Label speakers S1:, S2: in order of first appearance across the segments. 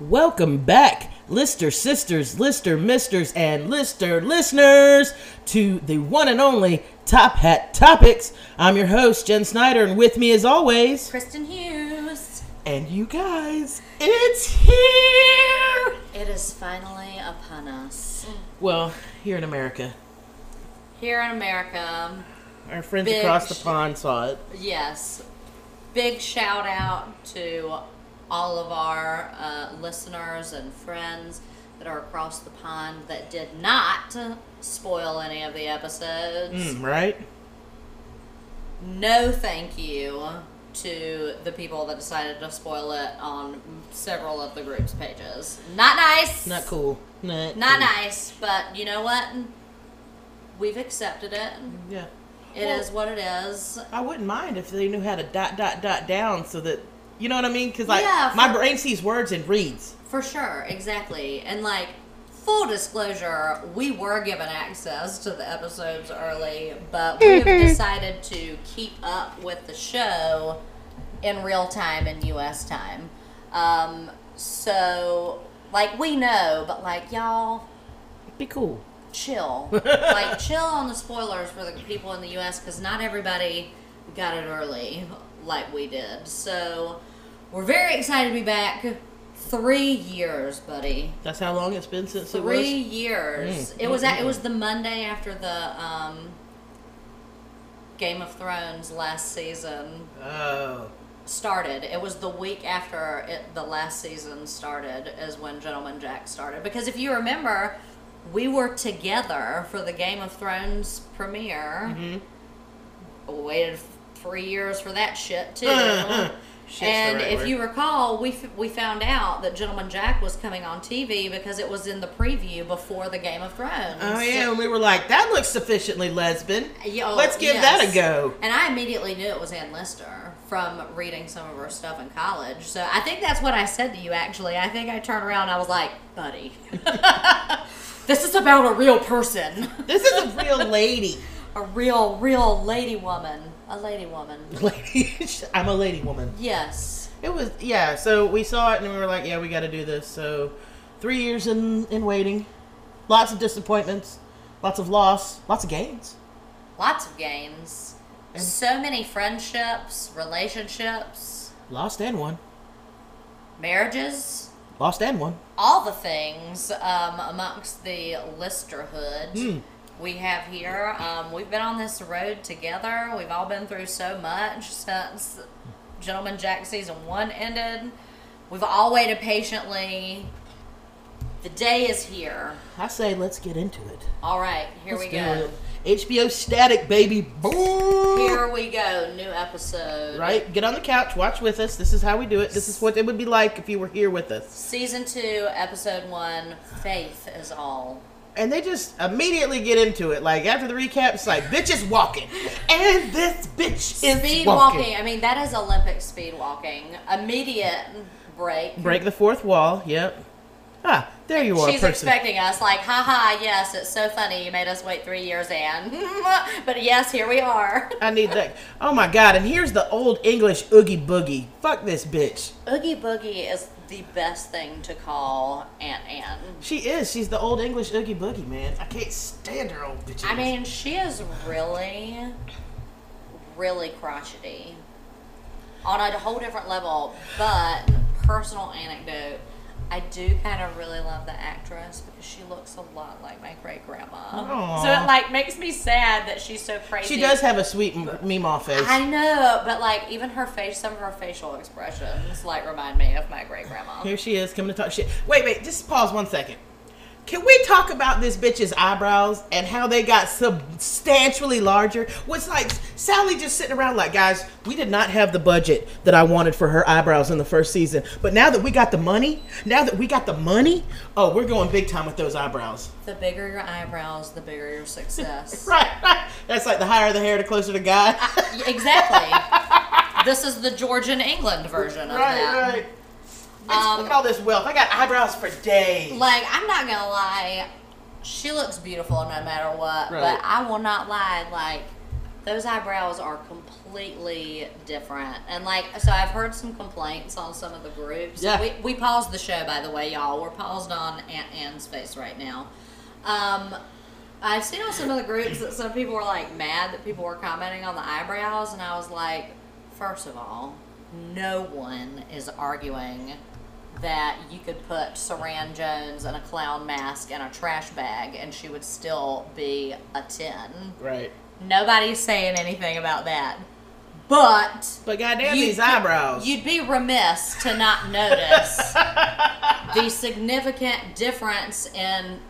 S1: Welcome back, Lister sisters, Lister misters, and Lister listeners to the one and only Top Hat Topics. I'm your host, Jen Snyder, and with me as always,
S2: Kristen Hughes.
S1: and you guys, it's here!
S2: It is finally upon us.
S1: Well, here in America.
S2: Here in America,
S1: Our friends
S2: Bitch.
S1: across the pond saw it.
S2: yes. Big shout out to all of our uh, listeners and friends that are across the pond that did not spoil any of the episodes.
S1: Mm, right?
S2: No thank you to the people that decided to spoil it on several of the group's pages. Not nice.
S1: Not cool. Not,
S2: Not
S1: cool.
S2: nice, but you know what? We've accepted it.
S1: Yeah.
S2: It is
S1: Well-
S2: what it is.
S1: I wouldn't mind if they knew how to dot dot dot down so that you know what I mean because like
S2: Yeah, for-
S1: my brain sees words and reads.
S2: For sure, exactly. And like, full disclosure, we were given access to the episodes early, but we have decided to keep up with the show in real time and US time. Um, so, like, we know, but like, y'all,
S1: Be cool.
S2: chill. like, chill on the spoilers for the people in the US because not everybody got it early like we did. So, we're very excited to be back. Three years, buddy.
S1: That's how long it's been since
S2: Three
S1: it was. Mm,
S2: years. It was
S1: mm,
S2: at, it was the Monday after the um, Game of Thrones last season
S1: Oh,
S2: started. It was the week after it, the last season started is when Gentleman Jack started. Because if you remember, we were together for the Game of Thrones premiere.
S1: Mm-hmm.
S2: Waited three years for that shit too.
S1: Shit's the
S2: and
S1: right
S2: if
S1: word.
S2: you recall, we f- we found out that Gentleman Jack was coming on TV because it was in the preview before the Game of Thrones.
S1: oh yeah, and we were like, that looks sufficiently lesbian.
S2: Yeah, oh,
S1: Let's give
S2: yes.
S1: that a go.
S2: And I immediately knew it was Ann Lister from reading some of her stuff in college. So I think that's what I said to you, actually. I think I turned around and I was like, buddy, this is about a real person.
S1: This is a real lady.
S2: A real, real lady woman. A lady woman.
S1: Lady, I'm a lady woman.
S2: Yes.
S1: It was yeah. So we saw it and we were like, yeah, we got to do this. So three years in in waiting, lots of disappointments, lots of loss, lots of gains.
S2: Lots of games. So many friendships, relationships,
S1: Lost and won.
S2: marriages.
S1: Lost and won.
S2: all the things um, amongst the listerhood
S1: Hmm.
S2: we have here. Um, we've been on this road together. We've all been through so much since Gentleman Jack season one ended. We've all waited patiently. The day is here.
S1: I say let's get into it.
S2: All right, here
S1: Let's
S2: we
S1: do
S2: go.
S1: it. HBO static, baby. Boom.
S2: Here we go. New episode.
S1: Right? Get on the couch, watch with us. This is how we do it. This is what it would be like if you were here with us.
S2: Season two, episode one. Faith is all.
S1: And they just immediately get into it. Like after the recap, it's like bitch is walking. And this bitch is
S2: Speed
S1: walking.
S2: walking. I mean, that is Olympic speed walking. Immediate break.
S1: Break the fourth wall. Yep. Ah, there you are,
S2: She's
S1: person.
S2: expecting us, like, haha, yes, it's so funny you made us wait three years, Anne. but yes, here we are.
S1: I need that. Oh my god! And here's the old English oogie boogie. Fuck this bitch.
S2: Oogie Boogie is the best thing to call Aunt Anne.
S1: She is. She's the old English oogie boogie, man. I can't stand her old bitch.
S2: I
S1: ass.
S2: mean, she is really, really crotchety on a whole different level. But, personal anecdote, I do kind of really love the actress because she looks a lot like my great grandma.
S1: Aw.
S2: So it like makes me sad that she's so crazy.
S1: She does have a sweet m- Meemaw face.
S2: I know, but like even her face, some of her facial expressions like remind me of my great grandma.
S1: Here she is coming to talk shit. Wait, wait, just pause one second. Can we talk about this bitch's eyebrows and how they got substantially larger? Was like Sally just sitting around like, guys, we did not have the budget that I wanted for her eyebrows in the first season, but now that we got the money, now that we got the money, oh, we're going big time with those eyebrows.
S2: The bigger your eyebrows, the bigger your success.
S1: Right, right. That's like the higher the hair, the closer to God.
S2: Y- exactly. this is the Georgian England version of that.
S1: right, right. Bitch, look at all this wealth. I got eyebrows for days.
S2: Um, Like I'm not gonna lie, she looks beautiful no matter what.
S1: Right.
S2: But I will not lie. Like those eyebrows are completely different. And like, so I've heard some complaints on some of the groups.
S1: Yeah.
S2: We, we paused the show, by the way, y'all. We're paused on Aunt Anne's face right now. Um, I've seen on some of the groups that some people were like mad that people were commenting on the eyebrows, and I was like, first of all, no one is arguing that you could put Saran Jones and a clown mask and a trash bag, and she would still be a ten.
S1: Right.
S2: Nobody's saying anything about that. But
S1: But goddamn
S2: You-
S1: these eyebrows.
S2: you'd be remiss to not notice the significant difference in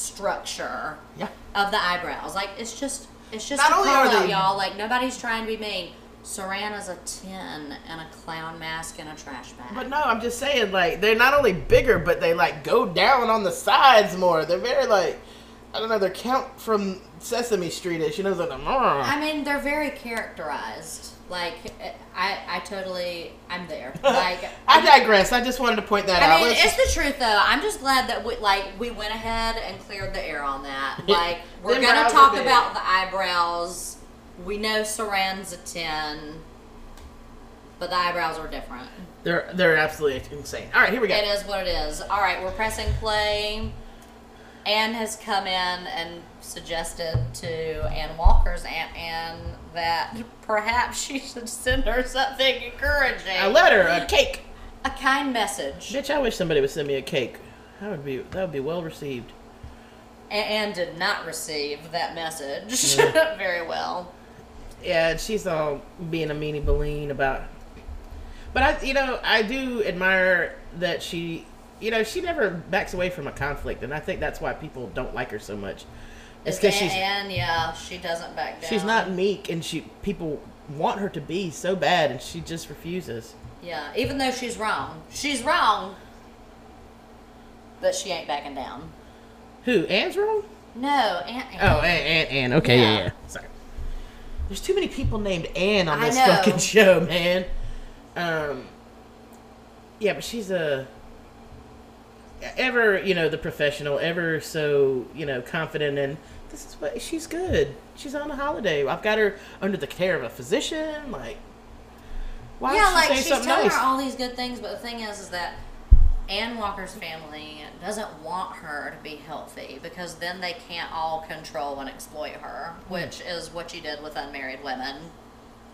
S2: structure
S1: yeah.
S2: of the eyebrows. Like it's just it's just
S1: Not
S2: a
S1: only
S2: call
S1: are
S2: out,
S1: they-
S2: y'all. Like nobody's trying to be mean. Saran is a ten and a clown mask and a trash bag.
S1: But no, I'm just saying like they're not only bigger, but they like go down on the sides more. They're very like I don't know. They're count from Sesame Street. She knows like. "Mm."
S2: I mean, they're very characterized. Like I, I totally, I'm there. Like
S1: I digress. I just wanted to point that
S2: I
S1: out.
S2: mean,
S1: Let's-
S2: it's the truth though. I'm just glad that we like we went ahead and cleared the air on that. Like we're
S1: Them
S2: gonna
S1: brows are
S2: talk
S1: big.
S2: about the eyebrows. We know Saran's a ten, but the eyebrows are different.
S1: they're they're absolutely insane. All right, here we go.
S2: It is what it is. All right, we're pressing play. Anne has come in and suggested to Ann Walker's Aunt Anne that perhaps she should send her something encouraging.
S1: A letter, a cake.
S2: a kind message.
S1: Bitch, I wish somebody would send me a cake. That would be that would be well received.
S2: Aunt Anne did not receive that message very well.
S1: Yeah, and she's all being a meanie baleen about. But I, you know, I do admire that she, you know, she never backs away from a conflict, and I think that's why people don't like her so much. It's because she's
S2: Aunt Anne, yeah, she doesn't back down.
S1: she's not meek, and she people want her to be so bad, and she just refuses.
S2: Yeah, even though she's wrong, she's wrong, but she ain't backing down.
S1: Who? Anne's wrong?
S2: No, Aunt Anne.
S1: Oh, Anne, Anne, Anne. Okay, yeah,
S2: Yeah.
S1: yeah. Sorry. There's too many people named Anne on
S2: I
S1: this
S2: know.
S1: fucking show, man. Um. Yeah, but she's a ever, you know, the professional, ever so, you know, confident and this is what she's good. She's on a holiday. I've got her under the care of a physician, like why
S2: yeah,
S1: would she
S2: like
S1: say
S2: she's
S1: something
S2: telling
S1: nice?
S2: her all these good things, but the thing is, is that Ann Walker's family doesn't want her to be healthy because then they can't all control and exploit her,
S1: Hmm.
S2: which is what you did with unmarried women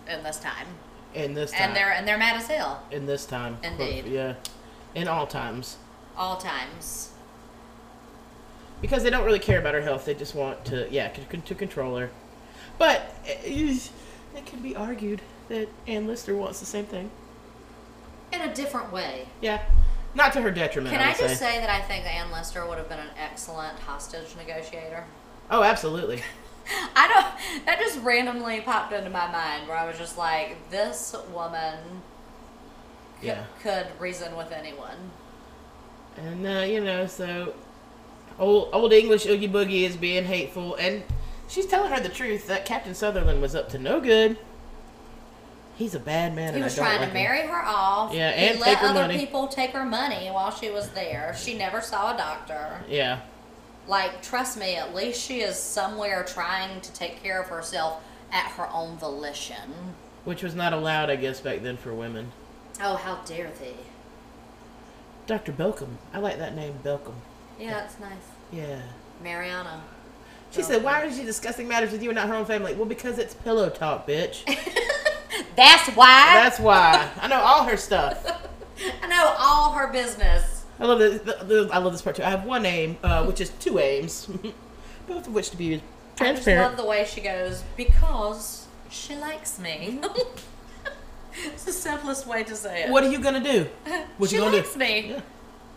S2: in this time.
S1: in this time.
S2: And they're and they're mad as hell
S1: in this time.
S2: Indeed.
S1: Yeah. In all times.
S2: all times.
S1: because they don't really care about her health. They just want to, yeah, c- c- to control her. But uh, it, it can be argued that Ann Lister wants the same thing.
S2: In a different way.
S1: Yeah, not to her detriment.
S2: Can
S1: I,
S2: I
S1: would
S2: just
S1: say?
S2: say that I think Ann Lister would have been an excellent hostage negotiator?
S1: Oh, absolutely.
S2: I don't. That just randomly popped into my mind where I was just like, this woman could,
S1: Yeah.
S2: could reason with anyone.
S1: And uh, you know, so old old English Oogie Boogie is being hateful, and she's telling her the truth that Captain Sutherland was up to no good. He's a bad man.
S2: He
S1: and I
S2: was
S1: don't
S2: trying
S1: like
S2: to
S1: him.
S2: marry her off.
S1: Yeah,
S2: he
S1: and
S2: let
S1: take her
S2: other
S1: money.
S2: people take her money while she was there. She never saw a doctor.
S1: Yeah,
S2: Like, trust me, at least she is somewhere trying to take care of herself at her own volition.
S1: which was not allowed, I guess, back then for women.
S2: Oh, how dare they!
S1: Doctor Belcom. I like that name, Belcom.
S2: Yeah, it's nice,
S1: Yeah.
S2: Mariana.
S1: She said, "Why are you discussing matters with you and not her own family?" Well, because it's pillow talk, bitch.
S2: That's why
S1: That's why I know all her stuff.
S2: I know all her business.
S1: I love this. The, the, I love this part too. I have one aim, uh, which is two aims, both of which to be
S2: I just love
S1: transparent.
S2: the way she goes because she likes me. it's the simplest way to say it.
S1: Mm-hmm. What are you gonna do? What
S2: she
S1: you gonna
S2: likes
S1: do?
S2: me.
S1: Yeah.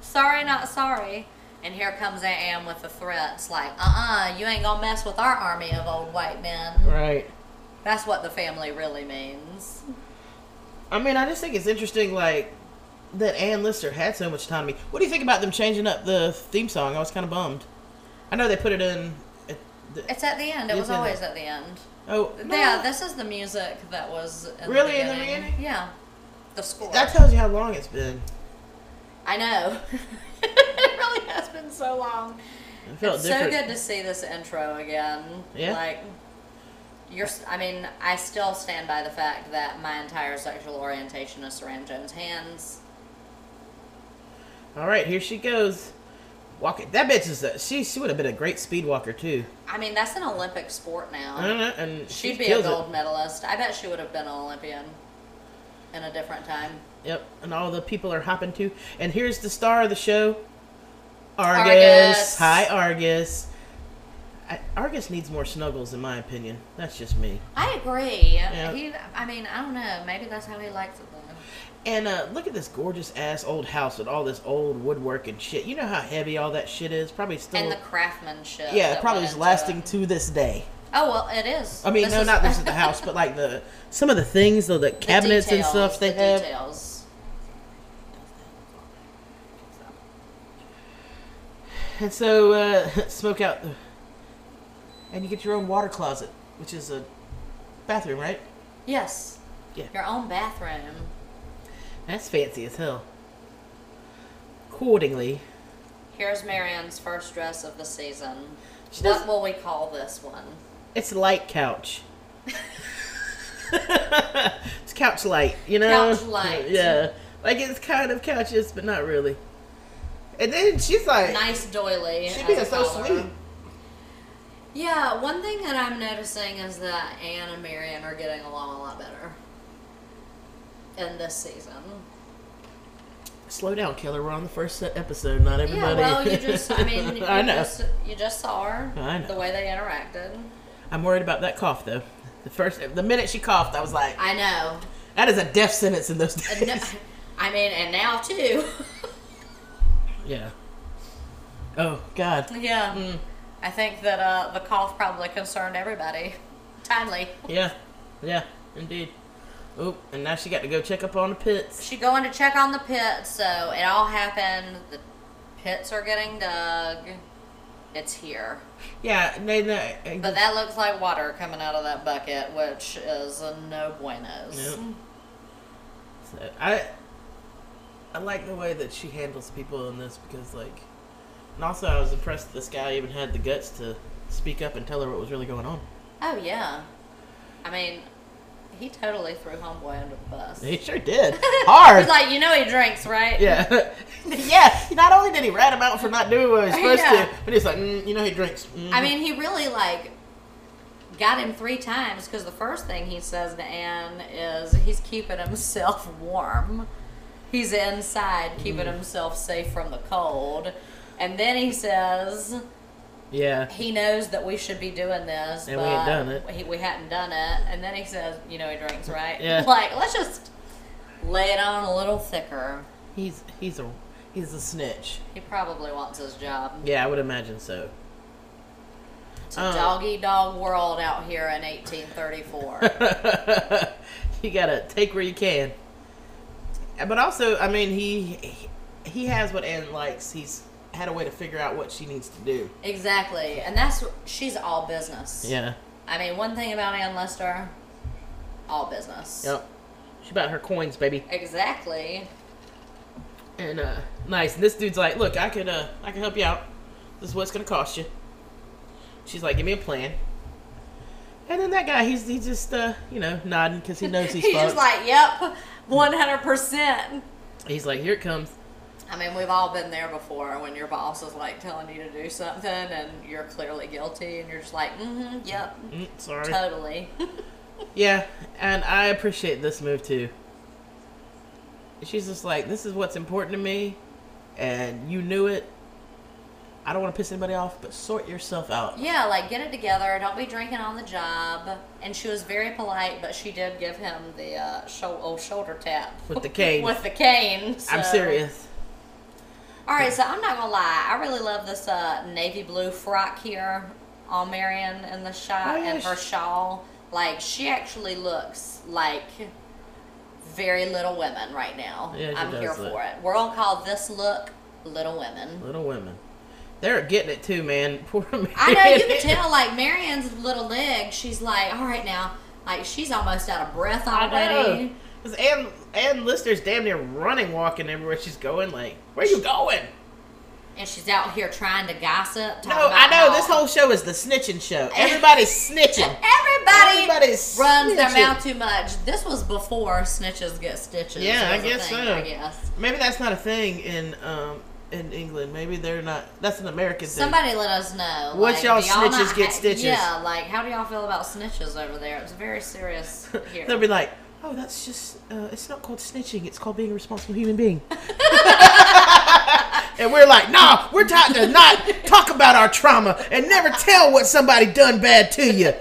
S2: Sorry, not sorry. And here comes Aunt Anne with the threats, like, uh-uh, you ain't gonna mess with our army of old white men.
S1: Right.
S2: That's what the family really means.
S1: I mean, I just think it's interesting, like that Ann Lister had so much autonomy. What do you think about them changing up the theme song? I was kind of bummed. I know they put it in. At the,
S2: It's at the end. It was
S1: Isn't it?
S2: always at the end.
S1: oh, no.
S2: Yeah, this is the music that was in
S1: Really,
S2: the
S1: in the
S2: beginning.
S1: beginning?
S2: Yeah, the score.
S1: that tells you how long it's been.
S2: I know. it really has been so long.
S1: It felt
S2: it's
S1: different.
S2: so good to see this intro again.
S1: Yeah.
S2: Like You're, s- I mean, I still stand by the fact that my entire sexual orientation is Saran Jones' hands.
S1: All right, here she goes. Walking. That bitch is a, she. She would have been a great speed walker too.
S2: I mean, that's an Olympic sport now.
S1: I don't know, and Mm. she
S2: Uh-huh. She'd be a
S1: kills
S2: gold
S1: it.
S2: medalist. I bet she would have been an Olympian in a different time.
S1: Yep, and all the people are hopping too. And here's the star of the show, Argus.
S2: Argus.
S1: Hi, Argus. I, Argus needs more snuggles, in my opinion. That's just me.
S2: I agree.
S1: Yeah.
S2: He, I mean, I don't know. Maybe that's how he likes it though.
S1: And uh, look at this gorgeous ass old house with all this old woodwork and shit. You know how heavy all that shit is. Probably still.
S2: And the craftsmanship.
S1: yeah,
S2: that
S1: it probably
S2: went
S1: is
S2: into
S1: lasting
S2: it.
S1: to this day.
S2: Oh well, it is.
S1: I mean,
S2: This
S1: no,
S2: is-
S1: not this is the house, but like the some of the things, though, the
S2: the
S1: cabinets
S2: details,
S1: and stuff they
S2: the
S1: have.
S2: Details.
S1: And so, uh, smoke out. the- And you get your own water closet, which is a bathroom, right?
S2: Yes.
S1: Yeah.
S2: Your own bathroom.
S1: That's fancy as hell. Accordingly,
S2: Here's Marianne's first dress of the season.
S1: She
S2: what
S1: doesn't-
S2: will we call this one?
S1: it's light couch. it's couch light, you know?
S2: Couch light.
S1: Yeah. Like it's kind of couches, but not really. And then she's like,
S2: Nice doily.
S1: she's
S2: as
S1: being
S2: we
S1: so
S2: call her.
S1: sweet.
S2: Yeah, one thing that I'm noticing is that Anne and Marion are getting along a lot better in this season.
S1: Slow down, killer. We're on the first se- episode, not
S2: Yeah,
S1: everybody.
S2: well, you just—I mean, you
S1: I know.
S2: Just, you just saw her.
S1: I know.
S2: The way they interacted.
S1: I'm worried about that cough, though. The first, the minute she coughed, I was like,
S2: I know.
S1: that is a death sentence in those days.
S2: And no- I mean, and now too.
S1: Yeah. Oh God. Mm,
S2: yeah. I think that uh, the cough probably concerned everybody. Timely.
S1: Yeah. Yeah. Indeed. Oh, and now she got to go check up on the pits.
S2: She going to check on the pits, so it all happened. The pits are getting dug. It's here.
S1: Yeah. They, they,
S2: But that looks like water coming out of that bucket, which is a no buenos.
S1: Yep. So, I I like the way that she handles people in this because like, and also I was impressed this guy even had the guts to speak up and tell her what was really going on.
S2: Oh yeah. I mean, he totally threw homeboy under the bus.
S1: He sure did. Hard.
S2: He's like, you know he drinks, right?
S1: yeah. yeah. Not only did he rat him out for not doing what he was supposed
S2: Yeah.
S1: to, but he's like, mm, you know, he drinks. Mm.
S2: I mean, he really like got him three times because the first thing he says to Anne is he's keeping himself warm. He's inside keeping
S1: Mm.
S2: himself safe from the cold. And then he says
S1: Yeah.
S2: he knows that we should be doing this,
S1: And
S2: but
S1: we ain't done it.
S2: He, we hadn't done it. And then he says, you know, he drinks, right?
S1: Yeah.
S2: Like, let's just lay it on a little thicker.
S1: He's he's a he's a snitch.
S2: He probably wants his job.
S1: Yeah, I would imagine so.
S2: It's a
S1: Um.
S2: doggy dog world out here in 1834.
S1: you gotta take where you can. But also, I mean, he he has what Anne likes. He's had a way to figure out what she needs to do.
S2: exactly. And that's, she's all business.
S1: Yeah.
S2: I mean, one thing about Ann Lester, all business.
S1: Yep. She about her coins, baby.
S2: Exactly.
S1: And uh, nice. And this dude's like, look, I could uh, I can help you out. This is what it's gonna cost you. She's like, give me a plan. And then that guy, he's he just uh, you know nodding because he knows he's,
S2: He's just
S1: fucked.
S2: like, yep, 100%.
S1: he's like, here it comes.
S2: I mean, we've all been there before when your boss is like telling you to do something and you're clearly guilty and you're just like, mm hmm, yep,
S1: Mm, sorry.
S2: totally.
S1: Yeah, and I appreciate this move too. She's just like, this is what's important to me, and you knew it. I don't want to piss anybody off, but sort yourself out.
S2: yeah, like get it together. Don't be drinking on the job. And she was very polite, but she did give him the uh, shou- old shoulder tap
S1: With the cane.
S2: with the cane.
S1: I'm
S2: so-
S1: serious.
S2: All right, so I'm not gonna lie. I really love this uh, navy blue frock here on Marion in the shot
S1: Oh, yeah,
S2: and her
S1: she-
S2: shawl. Like she actually looks like very little women right now.
S1: Yeah, she
S2: I'm
S1: does
S2: here
S1: look-
S2: for it. We're gonna call this look Little Women.
S1: Little women. They're getting it too, man. Poor man.
S2: I know you can tell, like Marion's little leg. She's like, all right now, like she's almost out of breath
S1: I know.
S2: already.
S1: Because Ann, Ann Lister's damn near running, walking everywhere she's going. Like, where you going?
S2: and she's out here trying to gossip. talking
S1: No,
S2: about
S1: I know
S2: how
S1: this whole show is the snitching show. Everybody's snitching.
S2: Everybody
S1: Everybody's
S2: runs their
S1: snitching.
S2: mouth too much. This was before snitches get stitches.
S1: Yeah, I
S2: was a
S1: guess
S2: thing,
S1: so.
S2: I guess
S1: Maybe that's not a thing in um in England. Maybe they're not. That's an American thing.
S2: somebody let us know.
S1: What
S2: like,
S1: y'all
S2: do y'all
S1: snitches
S2: not
S1: get
S2: ha-
S1: stitches?
S2: Yeah, like how do y'all feel about snitches over there? It's very serious here.
S1: They'll be like, oh, that's just. Uh, it's not called snitching. It's called being a responsible human being. and we're like, nah, we're trying to not talk about our trauma and never tell what somebody done bad to you.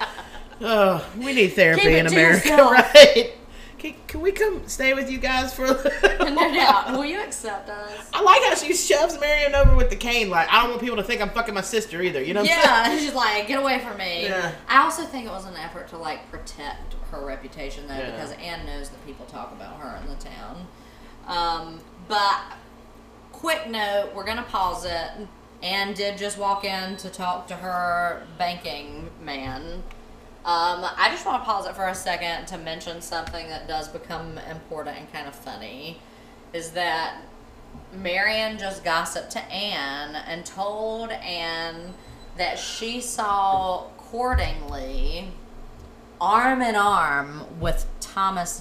S1: Oh, we need
S2: Keep
S1: therapy
S2: it
S1: in
S2: to
S1: America,
S2: yourself.
S1: right? Can, can we come stay with you guys for a little?
S2: no doubt. Will you accept us?
S1: I like how she shoves Marion over with the cane. Like, I don't want people to think I'm fucking my sister either. You know what I'm saying?
S2: Yeah, she's like, get away from me.
S1: Yeah.
S2: I also think it was an effort to like protect her reputation though,
S1: Yeah.
S2: because Anne knows that people talk about her in the town. Um, but quick note, we're gonna pause it. Anne did just walk in to talk to her banking man. Um, I just want to pause it for a second to mention something that does become important and kind of funny. Is that Marion just gossiped to Anne and told Anne that she saw courtingly arm in arm with Thomas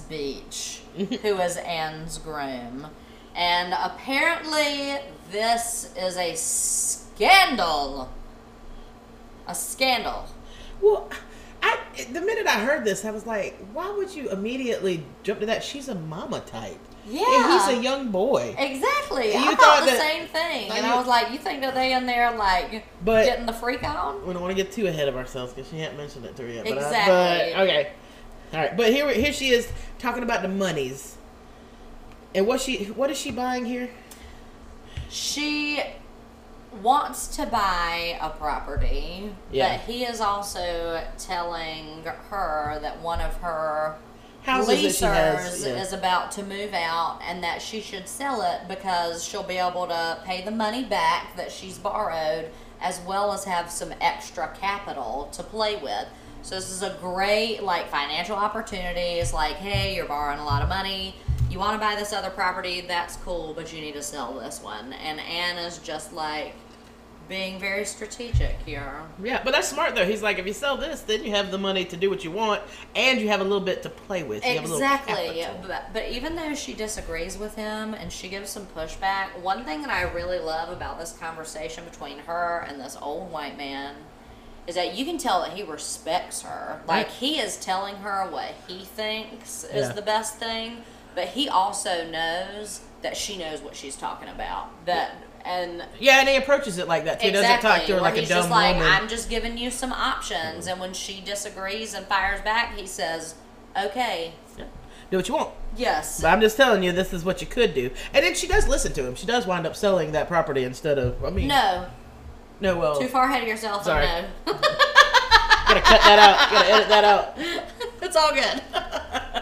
S2: Beach, who is Anne's groom. And apparently, this is a scandal. A scandal.
S1: Well, I the minute I heard this, I was like, why would you immediately jump to that? She's a mama type.
S2: Yeah.
S1: And he's a young boy.
S2: Exactly.
S1: You
S2: I thought,
S1: thought
S2: the
S1: that-
S2: same thing.
S1: Like
S2: And
S1: you-
S2: I was like, you think that they in there, like,
S1: But-
S2: getting the freak on?
S1: We don't want to get too ahead of ourselves because she hadn't mentioned it to her yet. But I,
S2: Exactly.
S1: but okay, all right. But here, here she is talking about the monies. And what she, what is she buying here?
S2: She wants to buy a property,
S1: Yeah.
S2: but he is also telling her that one of her
S1: Houses that she has.
S2: leasers
S1: yeah.
S2: is about to move out and that she should sell it because she'll be able to pay the money back that she's borrowed as well as have some extra capital to play with. So this is a great like financial opportunity. It's like, hey, you're borrowing a lot of money. You want to buy this other property, that's cool, but you need to sell this one. And Anna's just like being very strategic here.
S1: Yeah, but that's smart though. He's like, if you sell this, then you have the money to do what you want, and you have a little bit to play with. You have a little
S2: Exactly.
S1: capital.
S2: But, but even though she disagrees with him and she gives some pushback, one thing that I really love about this conversation between her and this old white man is that you can tell that he respects her. Like,
S1: Right.
S2: he is telling her what he thinks is
S1: Yeah.
S2: the best thing, but he also knows that she knows what she's talking about. That, and
S1: Yeah, and he approaches it like that. Too. He doesn't talk to her
S2: where
S1: like a
S2: he's
S1: dumb
S2: just like,
S1: woman. Mm-hmm.
S2: I'm just giving you some options, and when she disagrees and fires back, he says, "Okay,
S1: Yeah. Do what you want.
S2: yes,
S1: But I'm just telling you, this is what you could do. And then she does listen to him. She does wind up selling that property instead of. I mean, no,
S2: no,
S1: well,
S2: too far ahead of yourself,
S1: Sorry.
S2: and no,
S1: gotta cut that out. Gotta edit that out.
S2: it's all good."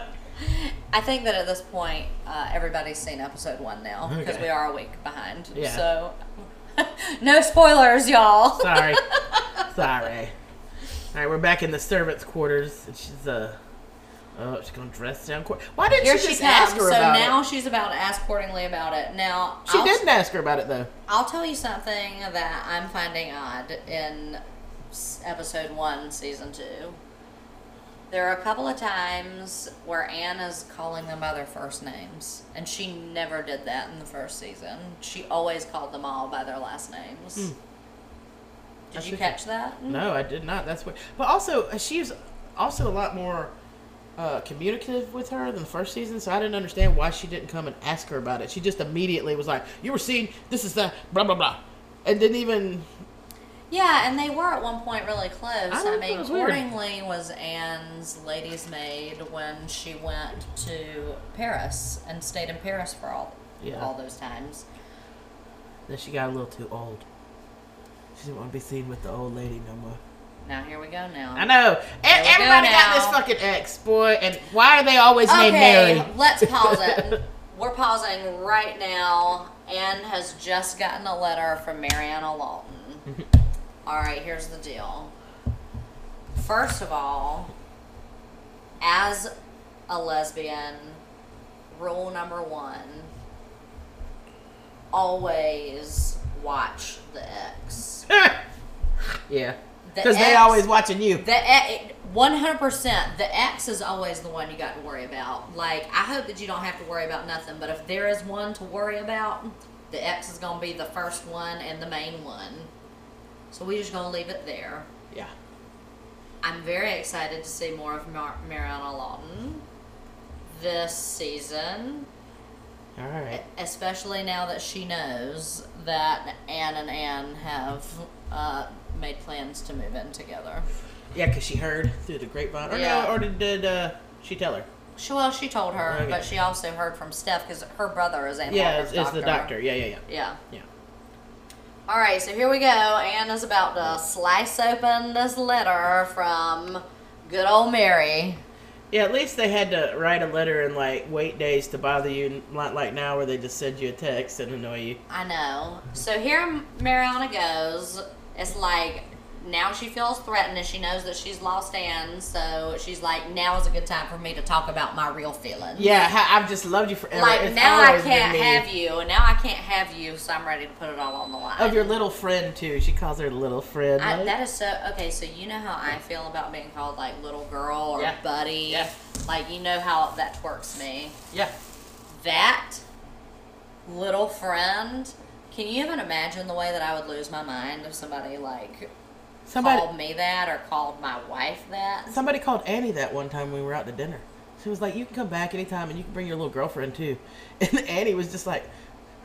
S2: I think that at this point, uh, everybody's seen episode one now because
S1: Okay.
S2: we are a week behind.
S1: Yeah.
S2: So, no spoilers, y'all.
S1: Sorry, sorry. All right, we're back in the servants' quarters. And she's uh, oh, she's gonna dress down. Court. Why didn't
S2: Here
S1: she
S2: she
S1: just
S2: comes.
S1: ask her
S2: so
S1: about
S2: now she's about to ask accordingly about it. Now
S1: it? She
S2: I'll-
S1: didn't ask her about it though.
S2: I'll tell you something that I'm finding odd in s- episode one, season two. There are a couple of times where Anne is calling them by their first names, and she never did that in the first season. She always called them all by their last names. Did
S1: That's
S2: you
S1: it.
S2: catch that?
S1: No, I did not. That's what. But also, she's also a lot more uh, communicative with her than the first season. So I didn't understand why she didn't come and ask her about it. She just immediately was like, "You were seen. This is the blah blah blah," and didn't even.
S2: Yeah, and they were at one point really close.
S1: I
S2: I,
S1: don't
S2: mean,
S1: know, it's weird.
S2: Cordingley was Anne's lady's maid when she went to Paris and stayed in Paris for all
S1: Yeah.
S2: all those times.
S1: Then she got a little too old. She didn't want to be seen with the old lady no more.
S2: Now here we go. Now
S1: I know. E-
S2: There we go
S1: everybody got
S2: now.
S1: this fucking ex boy, and why are they always named
S2: Okay,
S1: Mary?
S2: let's pause it. We're pausing right now. Anne has just gotten a letter from Mariana Lawton. all right, here's the deal. First of all, as a lesbian, rule number one always watch the X.
S1: yeah.
S2: The
S1: Because they
S2: X-
S1: always watching you.
S2: The one hundred percent. The X is always the one you got to worry about. Like I hope that you don't have to worry about nothing, but if there is one to worry about, the X is gonna be the first one and the main one. So we just gonna leave it there.
S1: Yeah.
S2: I'm very excited to see more of Mar- Mariana Lawton this season,
S1: All right.
S2: especially now that she knows that Anne and Anne have uh, made plans to move in together.
S1: Yeah, because she heard through the grapevine. Or, no,
S2: Yeah.
S1: or did, did uh, she tell her?
S2: She, well, she told her,
S1: Okay.
S2: but she also heard from Steph because her brother is Anne
S1: yeah,
S2: Walker's
S1: it's, it's the doctor. Yeah, yeah, yeah.
S2: Yeah.
S1: Yeah.
S2: All right, so here we go. Anne is about to slice open this letter from good old Mary.
S1: Yeah, at least they had to write a letter and like wait days to bother you, not like now where they just send you a text and annoy you.
S2: I know. So here Mariana goes. It's like now she feels threatened and she knows that she's lost Anne, so she's like, now is a good time for me to talk about my real feelings.
S1: Yeah, ha- I've just loved you forever.
S2: Like
S1: It's
S2: now I
S1: always been
S2: can't
S1: me.
S2: have you, and now I can't have you, so I'm ready to put it all on the line.
S1: Of your little friend too. She calls her little friend.
S2: I,
S1: like-
S2: that is so okay. So you know how I feel about being called like little girl or
S1: Yeah.
S2: buddy.
S1: Yeah.
S2: Like you know how that twerks me.
S1: yeah.
S2: That little friend. Can you even imagine the way that I would lose my mind if somebody like
S1: Somebody
S2: called me that or called my wife that?
S1: somebody called Annie that one time when we were out to dinner. She was like, "You can come back anytime, and you can bring your little girlfriend too." And Annie was just like,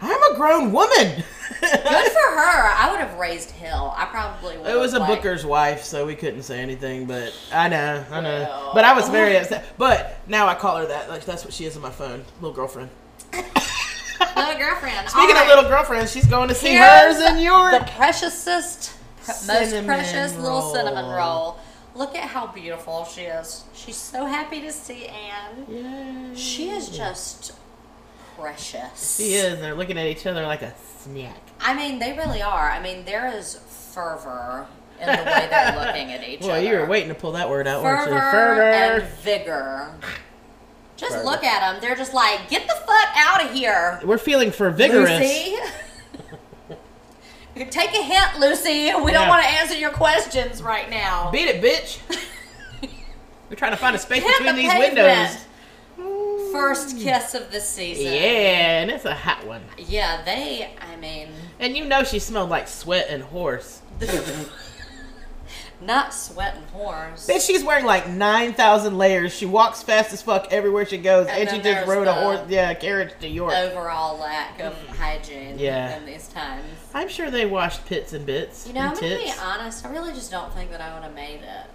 S1: "I'm a grown woman."
S2: Good for her. I would have raised hell. I probably would.
S1: It was a
S2: have, like,
S1: booker's wife, so we couldn't say anything. But I know, I know.
S2: Well.
S1: But I was very upset. But now I call her that. Like that's what she is on my phone, little girlfriend.
S2: Little girlfriend.
S1: Speaking
S2: All
S1: of
S2: right.
S1: little girlfriend, she's going to see hers
S2: Here's
S1: and yours.
S2: The preciousest, pre- most
S1: Cinnamon
S2: precious little
S1: roll.
S2: cinnamon roll. Look at how beautiful she is. She's so happy to see Anne.
S1: Yay.
S2: She is just
S1: Mm.
S2: precious.
S1: She is. They're looking at each other like a snack.
S2: I mean, they really are. I mean, there is fervor in the way they're looking at each
S1: Well,
S2: other.
S1: you were waiting to pull that word out, weren't you?
S2: fervor, and vigor. Just
S1: Fervor.
S2: look at them. They're just like, get the fuck out of here.
S1: We're feeling for vigorous.
S2: Lucy. Take a hint, Lucy. We don't
S1: Yeah.
S2: want to answer your questions right now.
S1: Beat it, bitch. we're trying to find a space
S2: Hit
S1: between
S2: the
S1: these
S2: pavement.
S1: windows.
S2: First kiss of the season.
S1: Yeah, and it's a hot one.
S2: Yeah, they, I mean,
S1: And you know she smelled like sweat and horse.
S2: not sweat and whores.
S1: Bitch, she's wearing like 9,000 layers. She walks fast as fuck everywhere she goes.
S2: And
S1: And, she
S2: then
S1: just
S2: there's
S1: rode a
S2: the-
S1: horse, yeah, carriage to York.
S2: Overall lack of hygiene
S1: Yeah.
S2: in these times.
S1: I'm sure they washed pits and bits.
S2: You know, um,
S1: and
S2: I'm going to
S1: tits.
S2: be honest. I really just don't think that I would have made it.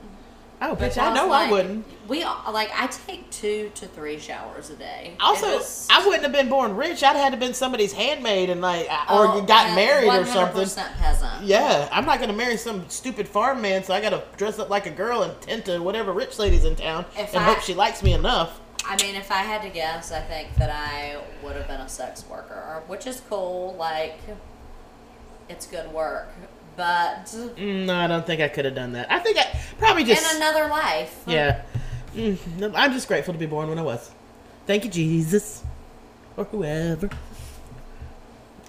S1: Oh, bitch, I
S2: Because,
S1: know
S2: like,
S1: I wouldn't.
S2: We all- like I take two to three showers a day.
S1: Also,
S2: It was-
S1: I wouldn't have been born rich. I'd had to been somebody's handmaid and like, I- or
S2: Oh,
S1: got
S2: yeah,
S1: married or something.
S2: 100% peasant.
S1: Yeah, I'm not gonna marry some stupid farm man, so I gotta dress up like a girl and tend to whatever rich lady's in town
S2: If
S1: and
S2: I-
S1: hope she likes me enough.
S2: I mean, if I had to guess, I think that I would have been a sex worker, which is cool. Like, it's good work, but
S1: Mm, no, I don't think I could have done that. I think I probably just
S2: in another life,
S1: yeah. Mm, no, I'm just grateful to be born when I was. Thank you, Jesus, or whoever.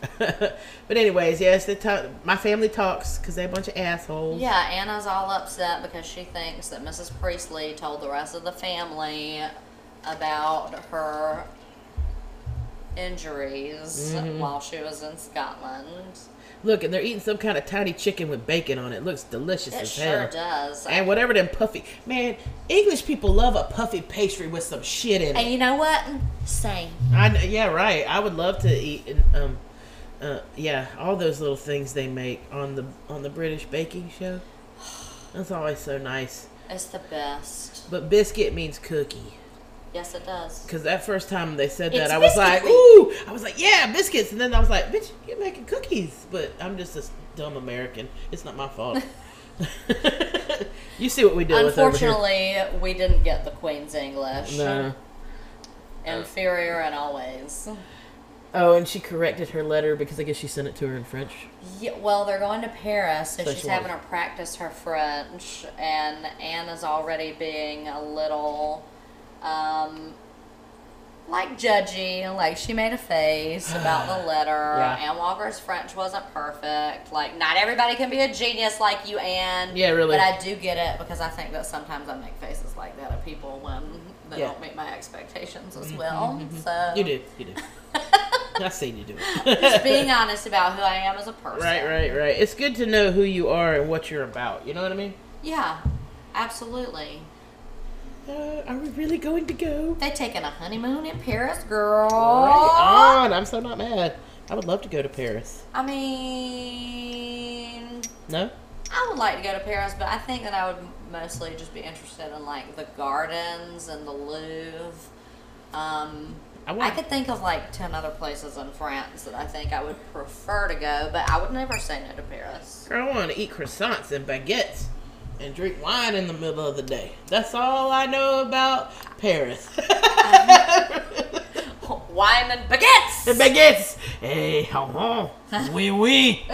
S1: but anyways, yes, they talk. My family talks because they're a bunch of assholes.
S2: Yeah, Anna's all upset because she thinks that Mrs. Priestley told the rest of the family about her injuries
S1: Mm-hmm.
S2: while she was in Scotland.
S1: Look, and they're eating some kind of tiny chicken with bacon on it. Looks delicious
S2: It
S1: as
S2: sure
S1: hell.
S2: does.
S1: And whatever them puffy man, English people love a puffy pastry with some shit in
S2: and
S1: it.
S2: you know what? Same.
S1: I kn- yeah, right. I would love to eat and um, uh, yeah, all those little things they make on the on the British baking show. That's always so nice.
S2: It's the best.
S1: But biscuit means cookie.
S2: Yes, it does.
S1: Cause that first time they said that,
S2: It's
S1: I was like,
S2: biscuit week.
S1: "Ooh!" I was like, "Yeah, biscuits." And then I was like, "Bitch, you're making cookies." But I'm just a s- dumb American. It's not my fault. you see what we deal with over here.
S2: Unfortunately, we didn't get the Queen's English.
S1: No.
S2: Inferior and always.
S1: Oh, and she corrected her letter because I guess she sent it to her in French.
S2: Yeah, well, they're going to Paris, so,
S1: So
S2: she's
S1: she
S2: having her
S1: wants-
S2: practice her French, and Anna's already being a little um, like judgy, like she made a face about the letter.
S1: Yeah.
S2: Anne Walker's French wasn't perfect. Like not everybody can be a genius like you, Anne.
S1: Yeah, really.
S2: But I do get it because I think that sometimes I make faces like that at people when they
S1: Yeah. Mm-hmm,
S2: don't meet my expectations as well. So
S1: You do. You do. I've seen you do it.
S2: just being honest about who I am as a person.
S1: Right, right, right. It's good to know who you are and what you're about. You know what I mean?
S2: Yeah, absolutely.
S1: Uh, are we really going to go?
S2: They taking a honeymoon in Paris, girl.
S1: Right on. I'm so not mad. I would love to go to Paris.
S2: I mean,
S1: No?
S2: I would like to go to Paris, but I think that I would mostly just be interested in like the gardens and the Louvre. Um,
S1: I
S2: I
S1: want.
S2: could think of like ten other places in France that I think I would prefer to go, but I would never say no to Paris.
S1: Girl, I want to eat croissants and baguettes and drink wine in the middle of the day. That's all I know about Paris.
S2: Wine and baguettes.
S1: the baguettes. Hey, how Oui, oui.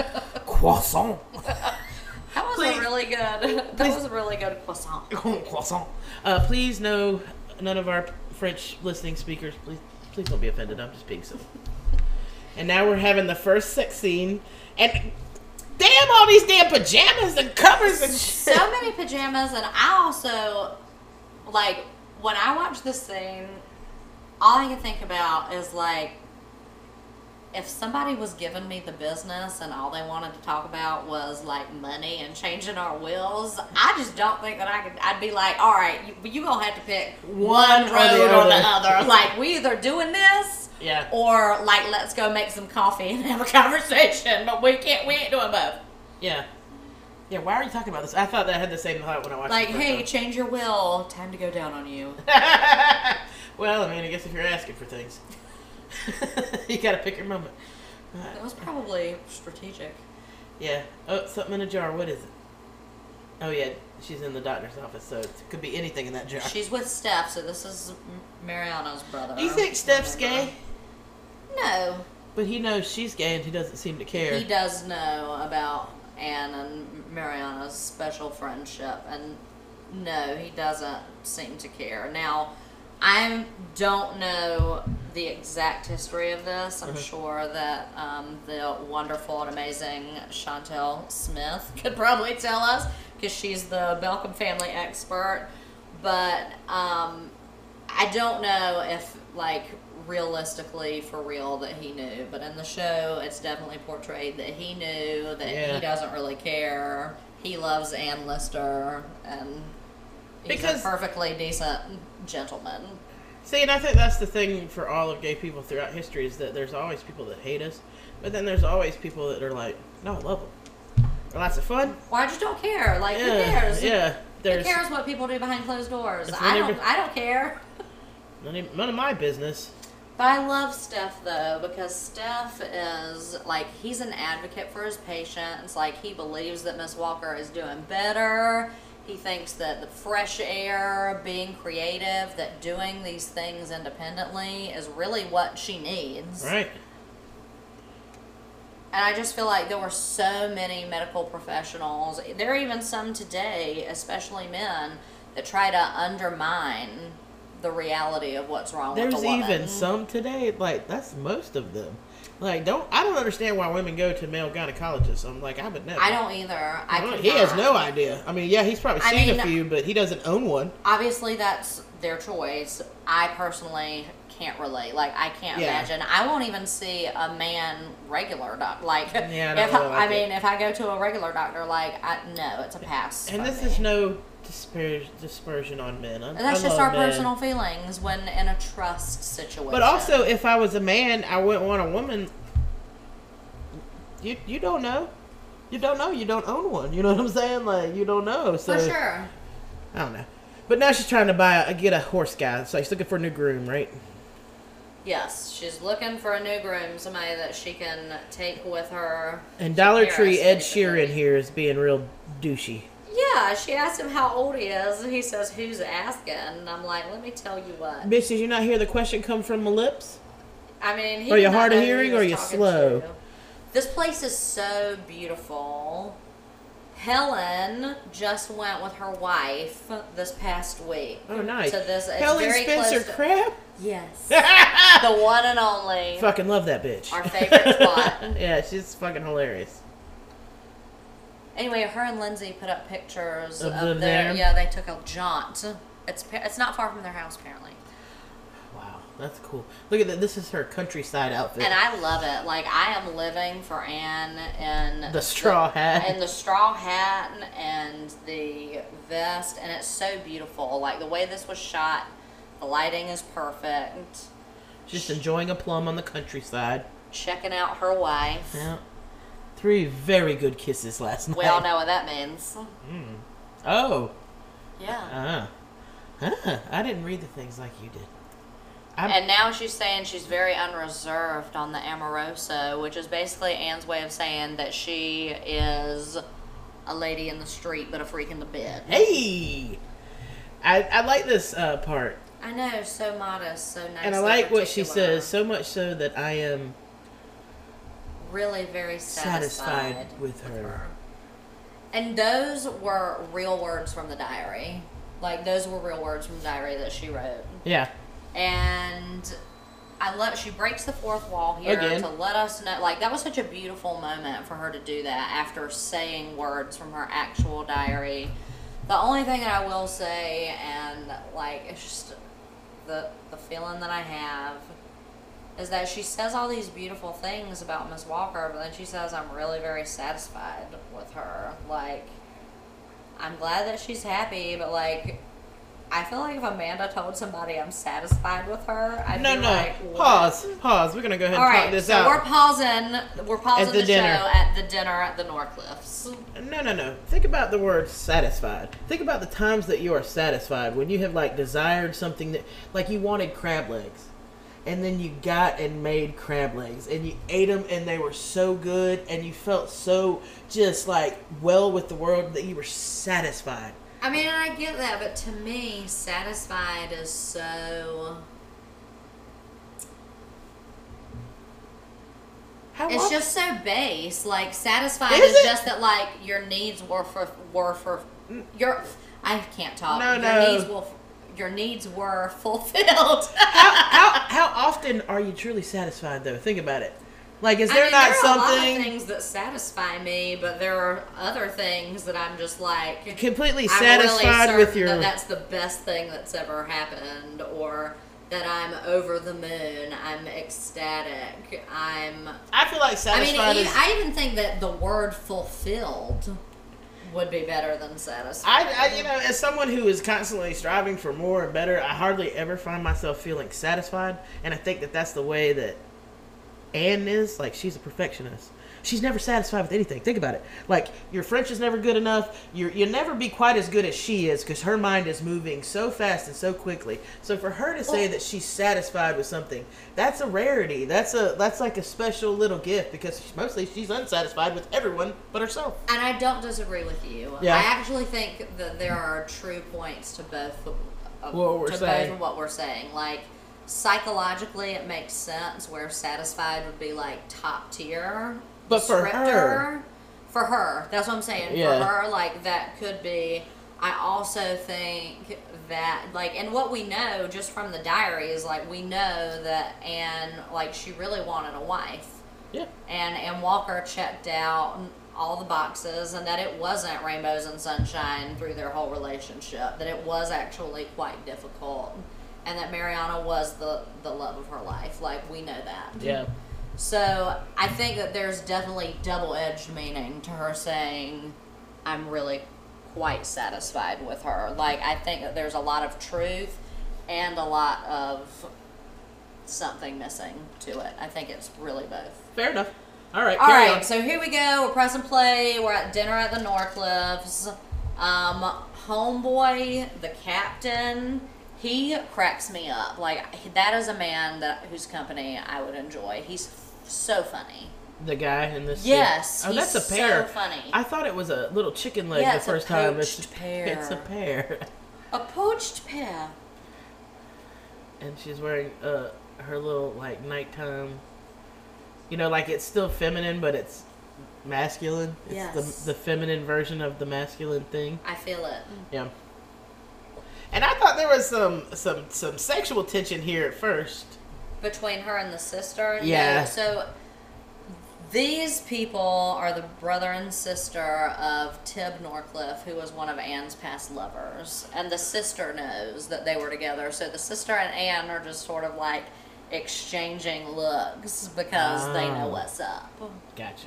S1: Croissant.
S2: that was
S1: Please.
S2: a really good. That
S1: Please.
S2: was a really good croissant.
S1: Croissant. Uh, please, no, none of our French listening speakers, please, please don't be offended. I'm just being silly. And now we're having the first sex scene. And damn, all these damn pajamas and covers and shit.
S2: so many pajamas, and I also like when I watch this scene, all I can think about is like if somebody was giving me the business and all they wanted to talk about was like money and changing our wills, I just don't think that I could. I'd be like, all right, you, you gonna have to pick
S1: One
S2: one,
S1: or the
S2: road or the
S1: other."
S2: other. Like we either doing this.
S1: Yeah.
S2: Or like, let's go make some coffee and have a conversation, but we can't. We ain't doing both.
S1: Yeah. Yeah, why are you talking about this? I thought that I had the same thought when I watched
S2: Like,
S1: the first
S2: hey,
S1: one.
S2: change your will. Time to go down on you.
S1: well, I mean, I guess if you're asking for things, you gotta pick your moment.
S2: That was probably strategic.
S1: Yeah. Oh, something in a jar. What is it? Oh yeah, she's in the doctor's office, so it could be anything in that jar.
S2: She's with Steph, so this is M- Mariano's brother.
S1: Do you think Steph's gay?
S2: No,
S1: But he knows she's gay, and he doesn't seem to care.
S2: he does know about Anne and Mariano's special friendship, and no, he doesn't seem to care. Now, I don't know the exact history of this. I'm sure that um, the wonderful and amazing Chantel Smith could probably tell us because she's the Malcolm family expert. But um, I don't know if like realistically for real that he knew, but in the show it's definitely portrayed that he knew that
S1: Yeah.
S2: he doesn't really care. He loves Ann Lister and he's
S1: Because-
S2: a perfectly decent gentleman.
S1: See, and I think that's the thing for all of gay people throughout history is that there's always people that hate us, but then there's always people that are like, no, I love them. They're lots of fun.
S2: Or I just don't care. Like who
S1: Yeah,
S2: cares?
S1: yeah.
S2: Who
S1: There's
S2: cares what people do behind closed doors?
S1: If
S2: I
S1: they never-
S2: don't I don't care.
S1: none of, none of my business.
S2: But I love Steph though because Steph is like he's an advocate for his patients. Like he believes that Miss Walker is doing better. He thinks that the fresh air, being creative, that doing these things independently is really what she needs.
S1: Right.
S2: And I just feel like there were so many medical professionals, there are even some today, especially men, that try to undermine the reality of what's wrong with
S1: There's
S2: a woman.
S1: even some today, like that's most of them. Like don't I don't understand why women go to male gynecologists. I'm like I would never.
S2: I don't either. I
S1: Well,
S2: could
S1: he has
S2: not.
S1: no idea. I mean, yeah, he's probably
S2: I
S1: seen a
S2: mean-
S1: few, but he doesn't own one.
S2: obviously that's their choice. I personally can't relate. Like I can't
S1: Yeah.
S2: imagine. I won't even see a man regular doctor. Like
S1: Yeah, I don't
S2: if I,
S1: really like
S2: I
S1: it.
S2: mean, if I go to a regular doctor, like I no, it's a pass.
S1: And
S2: for
S1: this
S2: me.
S1: is no dispar- dispersion on men. I,
S2: And that's
S1: I
S2: just
S1: love
S2: our
S1: men.
S2: personal feelings when in a trust situation.
S1: But also, if I was a man, I wouldn't want a woman. You you don't know, you don't know, you don't own one. You know what I'm saying? Like you don't know. So
S2: for sure,
S1: I don't know. But now she's trying to buy a, get a horse guy. So she's looking for a new groom, right?
S2: yes, she's looking for a new groom, somebody that she can take with her.
S1: And Dollar
S2: Shakira,
S1: Tree Ed
S2: basically.
S1: Sheeran here is being real douchey.
S2: Yeah, she asked him how old he is, and he says, "Who's asking?" And I'm like, "Let me tell you what."
S1: Bitch, did you not hear the question come from my lips?
S2: I mean, he
S1: Are you
S2: did not
S1: hard of
S2: know who he
S1: hearing
S2: was
S1: or you
S2: talking
S1: slow?
S2: to. This place is so beautiful. Helen just went with her wife this past week.
S1: Oh, nice.
S2: So this it's
S1: Helen
S2: very
S1: Spencer
S2: close to-
S1: Crab?
S2: Yes. the one and only.
S1: fucking love that bitch.
S2: Our favorite spot.
S1: yeah, she's fucking hilarious.
S2: Anyway, her and Lindsay put up pictures
S1: Of
S2: of,
S1: them
S2: their.
S1: there?
S2: Yeah, they took a jaunt. It's pa- it's not far from their house apparently,
S1: Wow, that's cool. Look at that. This is her countryside outfit.
S2: and I love it. Like I am living for Anne and
S1: The straw hat.
S2: and the straw hat and the vest, and it's so beautiful. Like the way this was shot, the lighting is perfect.
S1: Just enjoying a plum on the countryside.
S2: Checking out her wife.
S1: Yeah. Three very good kisses last night.
S2: We all know what that means.
S1: Oh.
S2: Yeah.
S1: Uh, huh. I didn't read the things like you did. I'm,
S2: And now she's saying she's very unreserved on the Amoroso, which is basically Anne's way of saying that she is a lady in the street but a freak in the bed.
S1: hey! I, I like this uh, part.
S2: I know, so modest, so nice.
S1: and I like what she says, so much so that I am
S2: Really very satisfied,
S1: satisfied, with her.
S2: And those were real words from the diary. Like those were real words from the diary that she wrote.
S1: Yeah.
S2: and I love she breaks the fourth wall here
S1: Again.
S2: to let us know like that was such a beautiful moment for her to do that after saying words from her actual diary. The only thing that I will say and like it's just the the feeling that I have is that she says all these beautiful things about Miss Walker, but then she says I'm really very satisfied with her. Like I'm glad that she's happy, but like I feel like if Amanda told somebody I'm satisfied with her, I'd
S1: No,
S2: be
S1: no.
S2: like, what?
S1: pause. Pause. We're going to go ahead and
S2: All
S1: talk
S2: right,
S1: this
S2: so
S1: out.
S2: we're pausing. We're pausing
S1: At the
S2: the,
S1: dinner.
S2: show at the dinner at the Norcliffs.
S1: No, no, no. Think about the word satisfied. Think about the times that you are satisfied when you have like desired something that, like, you wanted crab legs, and then you got and made crab legs, and you ate them, and they were so good, and you felt so just like well with the world that you were satisfied.
S2: I mean, I get that, but to me, satisfied is so.
S1: How
S2: It's
S1: often-
S2: just so base. Like satisfied
S1: Is
S2: is,
S1: it?
S2: just that like your needs were for were for mm, your. I can't talk.
S1: No,
S2: your
S1: no.
S2: Needs will, your needs were fulfilled.
S1: how, how, how often are you truly satisfied though? Think about it. Like, is
S2: I
S1: there
S2: mean,
S1: not
S2: there are a lot
S1: something
S2: of things that satisfy me, but there are other things that I'm just like
S1: completely
S2: I'm
S1: satisfied
S2: really
S1: with
S2: certain
S1: your?
S2: That that's the best thing that's ever happened, or that I'm over the moon. I'm ecstatic. I'm.
S1: I feel like
S2: I mean,
S1: satisfied
S2: e-
S1: is.
S2: I even think that the word fulfilled would be better than satisfied.
S1: I, I, you know, as someone who is constantly striving for more and better, I hardly ever find myself feeling satisfied. And I think that that's the way that Anne is. Like, she's a perfectionist. She's never satisfied with anything. Think about it. Like, your French is never good enough. You're, you'll never be quite as good as she is because her mind is moving so fast and so quickly. So for her to say
S2: Well-
S1: that she's satisfied with something, that's a rarity. That's a that's like a special little gift because mostly she's unsatisfied with everyone but herself.
S2: And I don't disagree with you.
S1: Yeah.
S2: I actually think that there are true points to both of,
S1: What we're
S2: to
S1: saying.
S2: both of what we're saying. Like psychologically, it makes sense where satisfied would be like top tier.
S1: But for
S2: descriptor.
S1: her-
S2: for her, that's what I'm saying.
S1: Yeah.
S2: For her, like that could be. I also think that like, and what we know just from the diary is like we know that Anne like she really wanted a wife
S1: Yeah.
S2: and and Walker checked out all the boxes and that it wasn't rainbows and sunshine through their whole relationship that it was actually quite difficult and that Mariana was the the love of her life like we know that
S1: Yeah.
S2: so I think that there's definitely double-edged meaning to her saying I'm really quite satisfied with her like I think that there's a lot of truth and a lot of something missing to it I think it's really both
S1: Fair enough. All right.
S2: all
S1: carry on.
S2: right, so here we go. We're pressing play. We're at dinner at the Norcliffs. Um, homeboy, the captain, he cracks me up. Like that is a man that whose company I would enjoy. He's f- so funny.
S1: The guy in this.
S2: Yes,
S1: Oh,
S2: he's
S1: that's a pear.
S2: so funny.
S1: I thought it was a little chicken leg
S2: Yeah,
S1: the
S2: it's a
S1: first time.
S2: poached
S1: It's a pear.
S2: A poached pear.
S1: And she's wearing uh her little like nighttime. You know, like it's still feminine, but it's masculine. It's
S3: Yes.
S1: the, the feminine version of the masculine thing.
S2: I feel it.
S1: Yeah. And I thought there was some some some sexual tension here at first.
S2: between her and the sister. No,
S1: Yeah.
S2: so these people are the brother and sister of Tib Norcliffe, who was one of Anne's past lovers, and the sister knows that they were together. So the sister and Anne are just sort of like exchanging looks because they
S1: Ah.
S2: know what's up.
S1: Gotcha.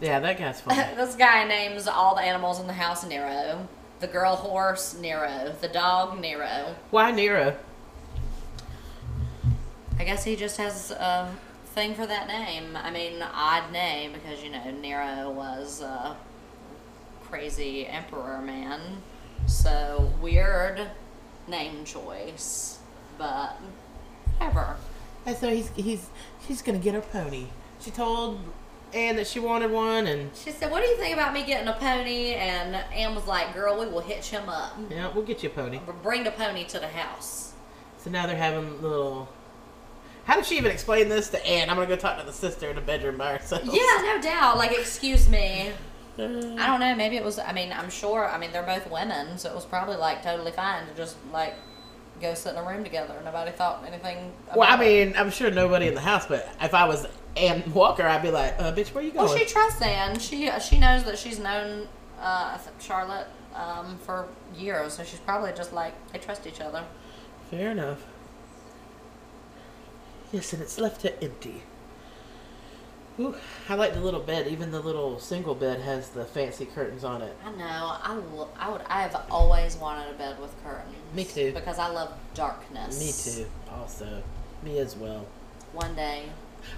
S1: Yeah, that guy's funny.
S2: this guy names all the animals in the house Nero. The girl horse Nero, the dog Nero.
S1: Why Nero?
S2: I guess he just has a thing for that name. I mean, odd name because you know Nero was a crazy emperor man. So weird name choice, but whatever.
S1: And so he's he's she's gonna get her pony. She told Anne that she wanted one, and
S2: She said, "What do you think about me getting a pony?" And Anne was like, "Girl, we will hitch him up.
S1: yeah, we'll get you a pony.
S2: Bring the pony to the house."
S1: So now they're having little. How did she even explain this to Anne? I'm gonna go talk to the sister in the bedroom by herself.
S2: Yeah, no doubt. Like, excuse me.
S1: Uh,
S2: I don't know. Maybe it was. I mean, I'm sure. I mean, they're both women, so it was probably like totally fine to just like go sit in a room together. Nobody thought anything. About
S1: Well, I
S2: it.
S1: mean, I'm sure nobody in the house, but if I was Anne Walker, I'd be like, uh, "Bitch, where you going?"
S2: well, Oh, she trusts Anne. She uh, she knows that she's known uh, Charlotte um, for years, so she's probably just like they trust each other.
S1: Fair enough. Yes, and it's left to empty. Ooh, I like the little bed. Even the little single bed has the fancy curtains on it.
S2: I know. I, lo- I would. I have always wanted a bed with curtains.
S1: Me too.
S2: Because I love darkness.
S1: Me too. Also, me as well.
S2: One day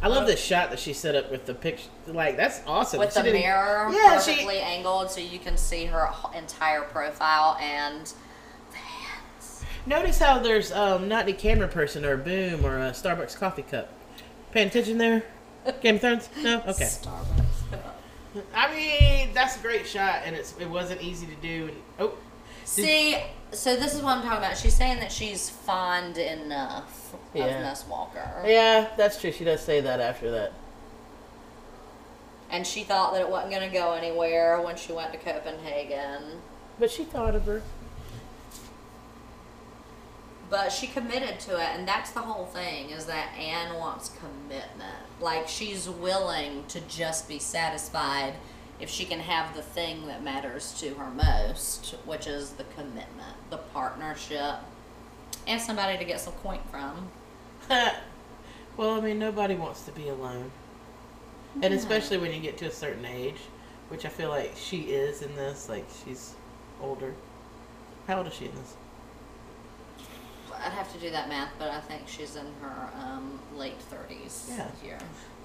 S1: I love this shot that she set up with the picture. Like that's awesome.
S2: with
S1: She
S2: the
S1: didn't-
S2: mirror
S1: Yeah, she-
S2: perfectly angled so you can see her h- entire profile and the hands.
S1: Notice how there's um, not a camera person or a boom or a Starbucks coffee cup. Paying attention there? Game of Thrones? No. Okay.
S2: Starbucks cup.
S1: I mean, that's a great shot, and it's it wasn't easy to do. And, oh,
S2: See, so this is what I'm talking about. She's saying that she's fond enough
S1: Yeah.
S2: of Miss Walker.
S1: yeah, that's true. She does say that after that.
S2: And she thought that it wasn't going to go anywhere when she went to Copenhagen.
S1: But she thought of her.
S2: But she committed to it, and that's the whole thing is that Anne wants commitment. Like, she's willing to just be satisfied if she can have the thing that matters to her most, which is the commitment, the partnership, and somebody to get some coin from.
S1: well, I mean, nobody wants to be alone, and especially when you get to a certain age, which I feel like she is in this. Like she's older. How old is she in this?
S2: I'd have to do that math, but I think she's in her um, late 30s
S1: Yeah.
S2: here.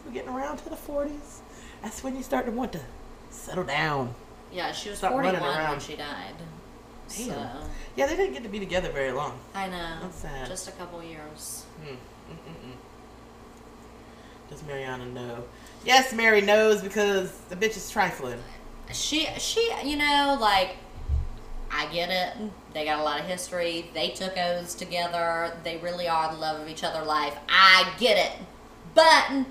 S1: We're getting around to the forties. That's when you start to want to settle down.
S2: Yeah, she was
S1: Stop running
S2: 41 when
S1: around.
S2: she died.
S1: Damn.
S2: So,
S1: Yeah, they didn't get to be together very long.
S2: I know.
S1: That's sad.
S2: Oh, Just a couple years.
S1: Hmm. Mm-mm-mm. Does Mariana know? Yes, Mary knows because the bitch is trifling.
S2: she she you know like i get it they got a lot of history they took oaths together they really are the love of each other life i get it but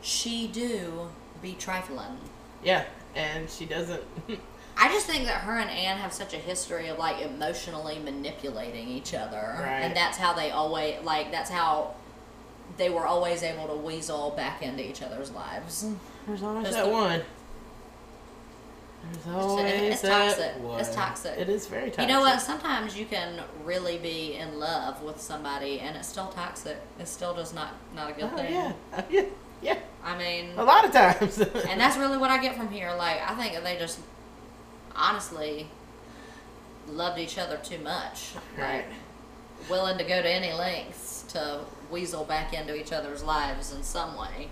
S2: she do be trifling
S1: Yeah, and she doesn't.
S2: i just think that her and anne have such a history of like emotionally manipulating each other
S1: Right.
S2: and that's how they always like that's how they were always able to weasel back into each other's lives
S1: There's always
S2: There's
S1: that
S2: the-
S1: one. There's always
S2: it's
S1: that
S2: toxic.
S1: one.
S2: It's toxic.
S1: It is very
S2: You
S1: toxic.
S2: know what? Sometimes you can really be in love with somebody and it's still toxic. It's still just not not a good
S1: Oh,
S2: thing.
S1: yeah. yeah, yeah.
S2: I mean,
S1: A lot of times.
S2: and that's really what I get from here. Like, I think they just honestly loved each other too much.
S1: right.
S2: Like, willing to go to any lengths to weasel back into each other's lives in some way.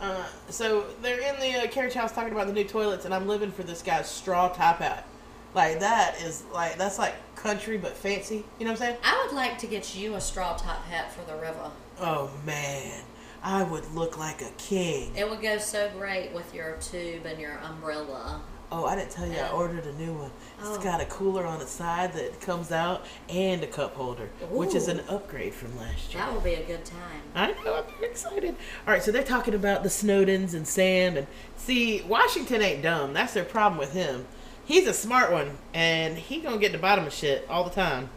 S1: Uh, so they're in the uh, carriage house talking about the new toilets, and I'm living for this guy's straw top hat. Like that is like that's like country but fancy. You know what I'm saying?
S2: I would like to get you a straw top hat for the river.
S1: Oh man, I would look like a king.
S2: It would go so great with your tube and your umbrella.
S1: Oh, I didn't tell
S2: Uh,
S1: you I ordered a new one.
S2: oh.
S1: It's got a cooler on the side that comes out and a cup holder, which is
S2: Ooh.
S1: an upgrade from last year.
S2: That will be a good time.
S1: I know, I'm very excited. All right, so they're talking about the Snowdens and Sam, and see, Washington ain't dumb. That's their problem with him. He's a smart one, and he gonna get the bottom of shit all the time.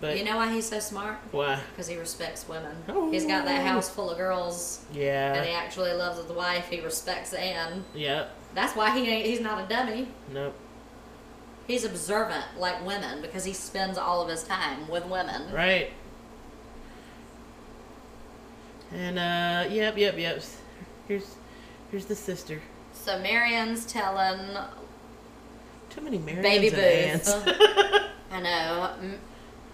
S1: But
S2: You know why he's so smart?
S1: why?
S2: Because he respects women.
S1: Oh. Uh.
S2: He's got that house full of girls, and he
S1: Yeah,
S2: actually loves his wife. He respects Anne.
S1: yeah,
S2: That's why he ain't, he's not a dummy.
S1: nope,
S2: He's observant like women because he spends all of his time with women.
S1: right. And uh, yep, yep, yep. Here's here's the sister.
S2: So Marion's telling,
S1: Too many Marys
S2: Baby
S1: and
S2: Booth. Uh-huh.
S1: aunts.
S2: I know, M-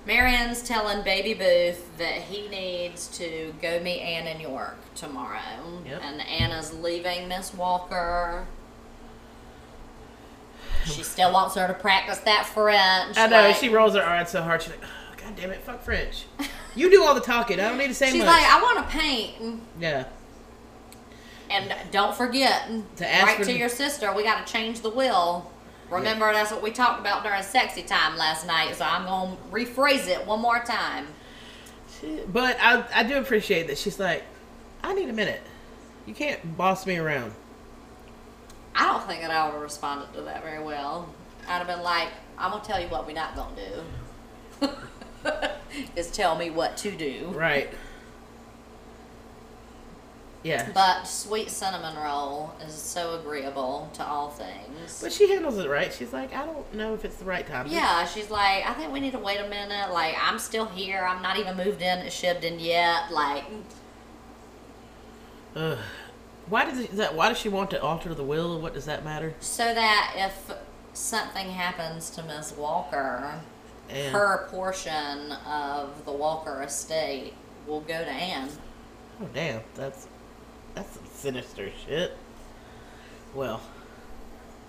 S2: Marion's telling Baby Booth that he needs to go meet Anne in York tomorrow.
S1: Yep.
S2: And Anna's leaving Miss Walker. She still wants her to practice that French.
S1: I know
S2: like-
S1: she rolls her eyes so hard. She's like, oh, "God damn it, fuck French. You do all the talking. I don't need to say
S2: She's
S1: much."
S2: like, I want to paint.
S1: yeah,
S2: And don't forget,
S1: To ask
S2: write
S1: for
S2: to
S1: the-
S2: your sister. We got to change the will. Remember, that's what we talked about during sexy time last night. So I'm gonna rephrase it one more time.
S1: She- but I I do appreciate that. She's like, "I need a minute. You can't boss me around."
S2: I don't think that I would have responded to that very well. I'd have been like, I'm gonna tell you what we're not gonna do. Is tell me what to do.
S1: Right. Yeah,
S2: But sweet cinnamon roll is so agreeable to all things.
S1: but she handles it right. She's like, "I don't know if it's the right time."
S2: Yeah, she's like, I think we need to wait a minute. Like, I'm still here. I'm not even moved in, at Shibden yet. Like,
S1: Ugh. Why does it, that? Why does she want to alter the will? What does that matter?
S2: so that if something happens to Miss Walker,
S1: And
S2: her portion of the Walker estate will go to Anne.
S1: oh damn, that's that's some sinister shit. Well,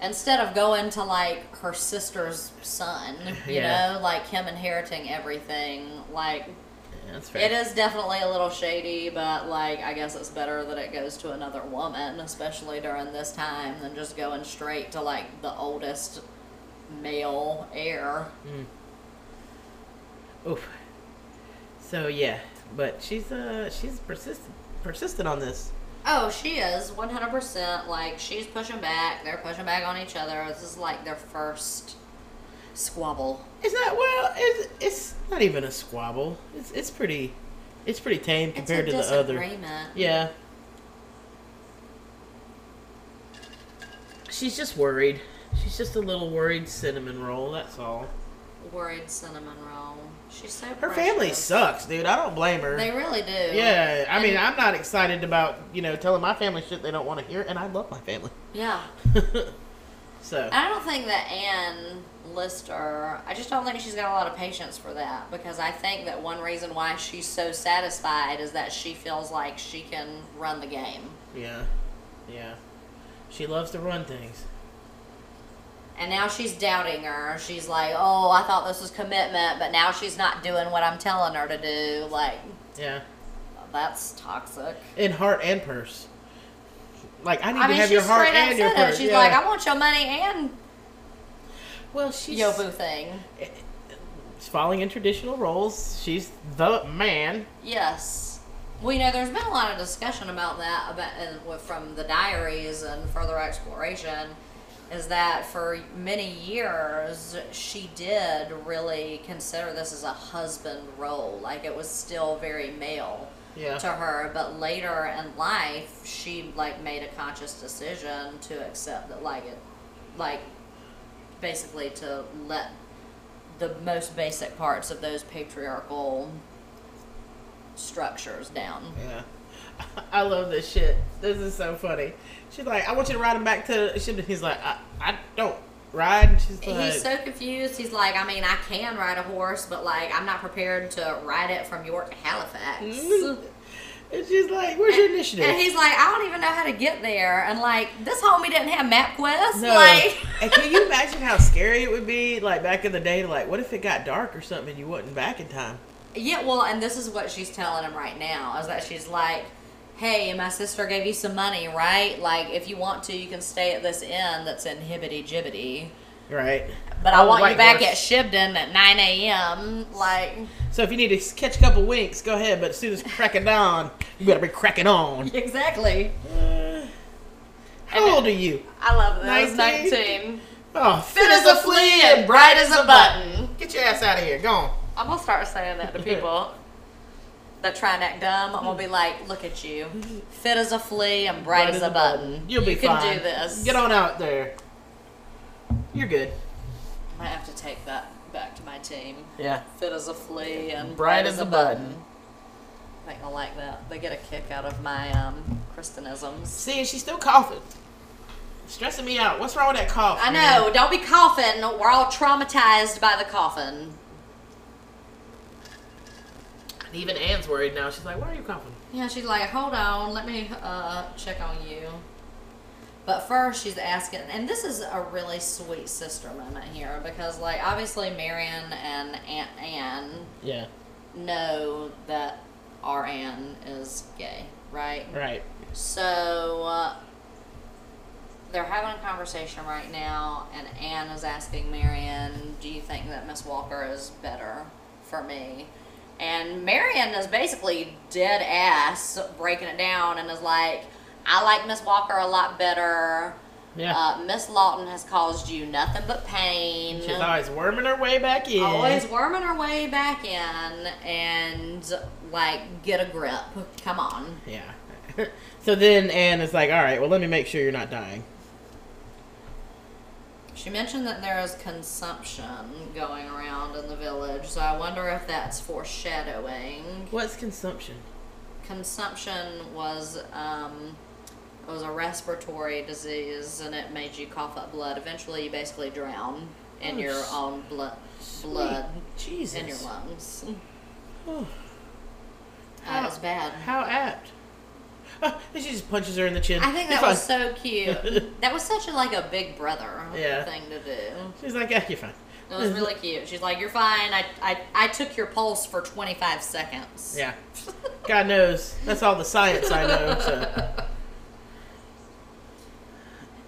S2: Instead of going to like her sister's son, you
S1: Yeah.
S2: know, like him inheriting everything, like
S1: yeah, that's fair.
S2: it is definitely a little shady, but like I guess it's better that it goes to another woman, especially during this time, than just going straight to like the oldest male heir.
S1: Mm. Oof. So yeah, but she's uh she's persistent persistent on this.
S2: Oh, she is one hundred percent. Like she's pushing back, they're pushing back on each other. This is like their first squabble.
S1: It's not well. It's it's not even a squabble. It's it's pretty, it's pretty tame compared
S2: it's a
S1: to the other.
S2: disagreement.
S1: Yeah. She's just worried. She's just a little worried cinnamon roll. That's all.
S2: Worried cinnamon roll. She's so.
S1: Her family
S2: precious.
S1: sucks, dude. I don't blame her.
S2: They really do.
S1: yeah, I mean, I'm not excited about you know telling my family shit they don't want to hear, and I love my family.
S2: Yeah.
S1: so
S2: I don't think that Anne Lister, I just don't think she's got a lot of patience for that because I think that one reason why she's so satisfied is that she feels like she can run the game.
S1: Yeah. Yeah. She loves to run things.
S2: And now she's doubting her. She's like, oh, I thought this was commitment, but now she's not doing what I'm telling her to do. Like,
S1: Yeah.
S2: that's toxic.
S1: In heart and purse. Like I need
S2: I
S1: to
S2: mean,
S1: have
S2: she
S1: your heart
S2: straight up
S1: and your
S2: said it.
S1: purse.
S2: She's
S1: yeah.
S2: like, I want your money and
S1: well, she's
S2: your boo thing.
S1: falling in traditional roles. She's the man.
S2: Yes. Well, you know, there's been a lot of discussion about that, about and with- from the diaries and further exploration, is that for many years she did really consider this as a husband role, like it was still very male
S1: Yeah.
S2: to her. But later in life, she like made a conscious decision to accept that, like it, like basically to let the most basic parts of those patriarchal structures down.
S1: Yeah. I love this shit. This is so funny. She's like, I want you to ride him back to Shipton. He's like, I, I don't ride. And she's like,
S2: He's so confused. He's like, I mean, I can ride a horse, but like, I'm not prepared to ride it from York to Halifax.
S1: "Mm." and she's like, where's your initiative?
S2: And he's like, I don't even know how to get there. And like, this homie didn't have MapQuest.
S1: No.
S2: Like,
S1: and can you imagine how scary it would be, like back in the day, like what if it got dark or something and you wasn't back in time?
S2: Yeah, well, and this is what she's telling him right now is that she's like, hey, my sister gave you some money, right? Like, if you want to, you can stay at this inn that's in Hibbity Jibbity.
S1: Right.
S2: But I
S1: Oh,
S2: want
S1: White
S2: you back
S1: Horse.
S2: at Shibden at 9 a.m. Like,
S1: So if you need to catch a couple winks, go ahead. But as soon as crack of dawn, you better be cracking on.
S2: exactly.
S1: Uh, how old are you?
S2: I love this.
S1: 19.
S2: 19.
S1: Oh,
S2: Fit as a flea and bright as a button.
S1: Get your ass out of here. Go on.
S2: I'm going to start saying that to people that try and act dumb. I'm going to be like, look at you. Fit as a flea and bright, as, a button.
S1: You'll be
S2: you can
S1: fine.
S2: do this.
S1: Get on out there. You're good.
S2: I have to take that back to my team.
S1: Yeah.
S2: Fit as a flea and
S1: Bright as a button.
S2: I think I like that. They get a kick out of my um, Christianisms.
S1: See, and she's still coughing. Stressing me out. What's wrong with that cough?
S2: I
S1: man?
S2: know. Don't be coughing. We're all traumatized by the coffin.
S1: And even Anne's worried now. She's like, why are you coughing?
S2: Yeah, she's like, hold on, let me uh, check on you. But first, she's asking, and this is a really sweet sister moment here because, like, obviously, Marion and Aunt Anne
S1: Yeah.
S2: know that our Anne is gay, right?
S1: Right.
S2: So uh, they're having a conversation right now, and Anne is asking Marion, "Do you think that Miss Walker is better for me?" And Marion is basically dead ass breaking it down, and is like, "I like Miss Walker a lot better.
S1: Yeah.
S2: Uh, Miss Lawton has caused you nothing but pain."
S1: she's always worming her way back in.
S2: uh, Always worming her way back in and like get a grip. Come on.
S1: Yeah. so then Anne is like, all right, well, let me make sure you're not dying.
S2: She mentioned that there is consumption going around in the village, so I wonder if that's foreshadowing.
S1: What's consumption?
S2: Consumption was um, it was a respiratory disease, and it made you cough up blood. Eventually, you basically drown in
S1: Oh,
S2: your
S1: s-
S2: own blood, blood
S1: Sweet Jesus.
S2: in your lungs.
S1: Oh,
S2: That was bad.
S1: how apt. Oh, and she just punches her in the chin.
S2: I think
S1: You're
S2: that was
S1: fine.
S2: so cute. that was such a like a big brother
S1: Yeah.
S2: thing to do.
S1: She's like, yeah, you're fine.
S2: It was really cute. She's like, "You're fine. I, I, I took your pulse for 25 seconds."
S1: Yeah. God knows. That's all the science I know. So.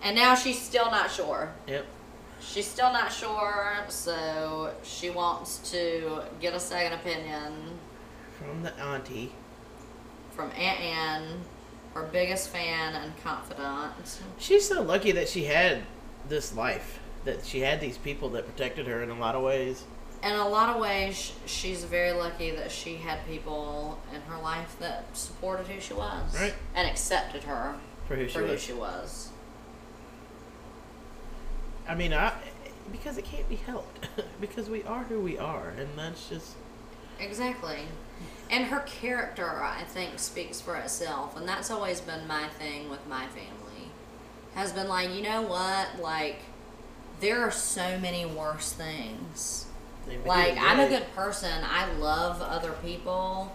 S2: And now she's still not sure.
S1: Yep.
S2: She's still not sure, so she wants to get a second opinion
S1: From the auntie.
S2: from Aunt Anne, her biggest fan and confidant.
S1: She's so lucky that she had this life, that she had these people that protected her in a lot of ways.
S2: In a lot of ways, sh- she's very lucky that she had people in her life that supported who she was
S1: Right.
S2: and accepted her
S1: For who she
S2: for who
S1: was.
S2: she was.
S1: I mean, I, because it can't be helped. because we are who we are, and that's just.
S2: Exactly. And her character, I think, speaks for itself. And that's always been my thing with my family. Has been like, you know what? Like, there are so many worse things. Like, I'm a good person. I love other people.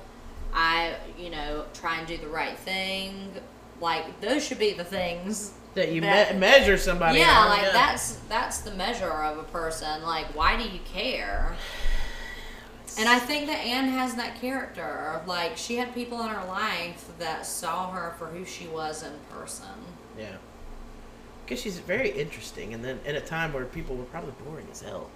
S2: I, you know, try and do the right thing. Like, those should be the things
S1: That you
S2: that-
S1: me- measure somebody.
S2: yeah,
S1: on,
S2: like that's that's the measure of a person. Like, why do you care? And I think that Anne has that character. Like, she had people in her life that saw her for who she was in person.
S1: Yeah. Because she's very interesting, and then in a time where people were probably boring as hell.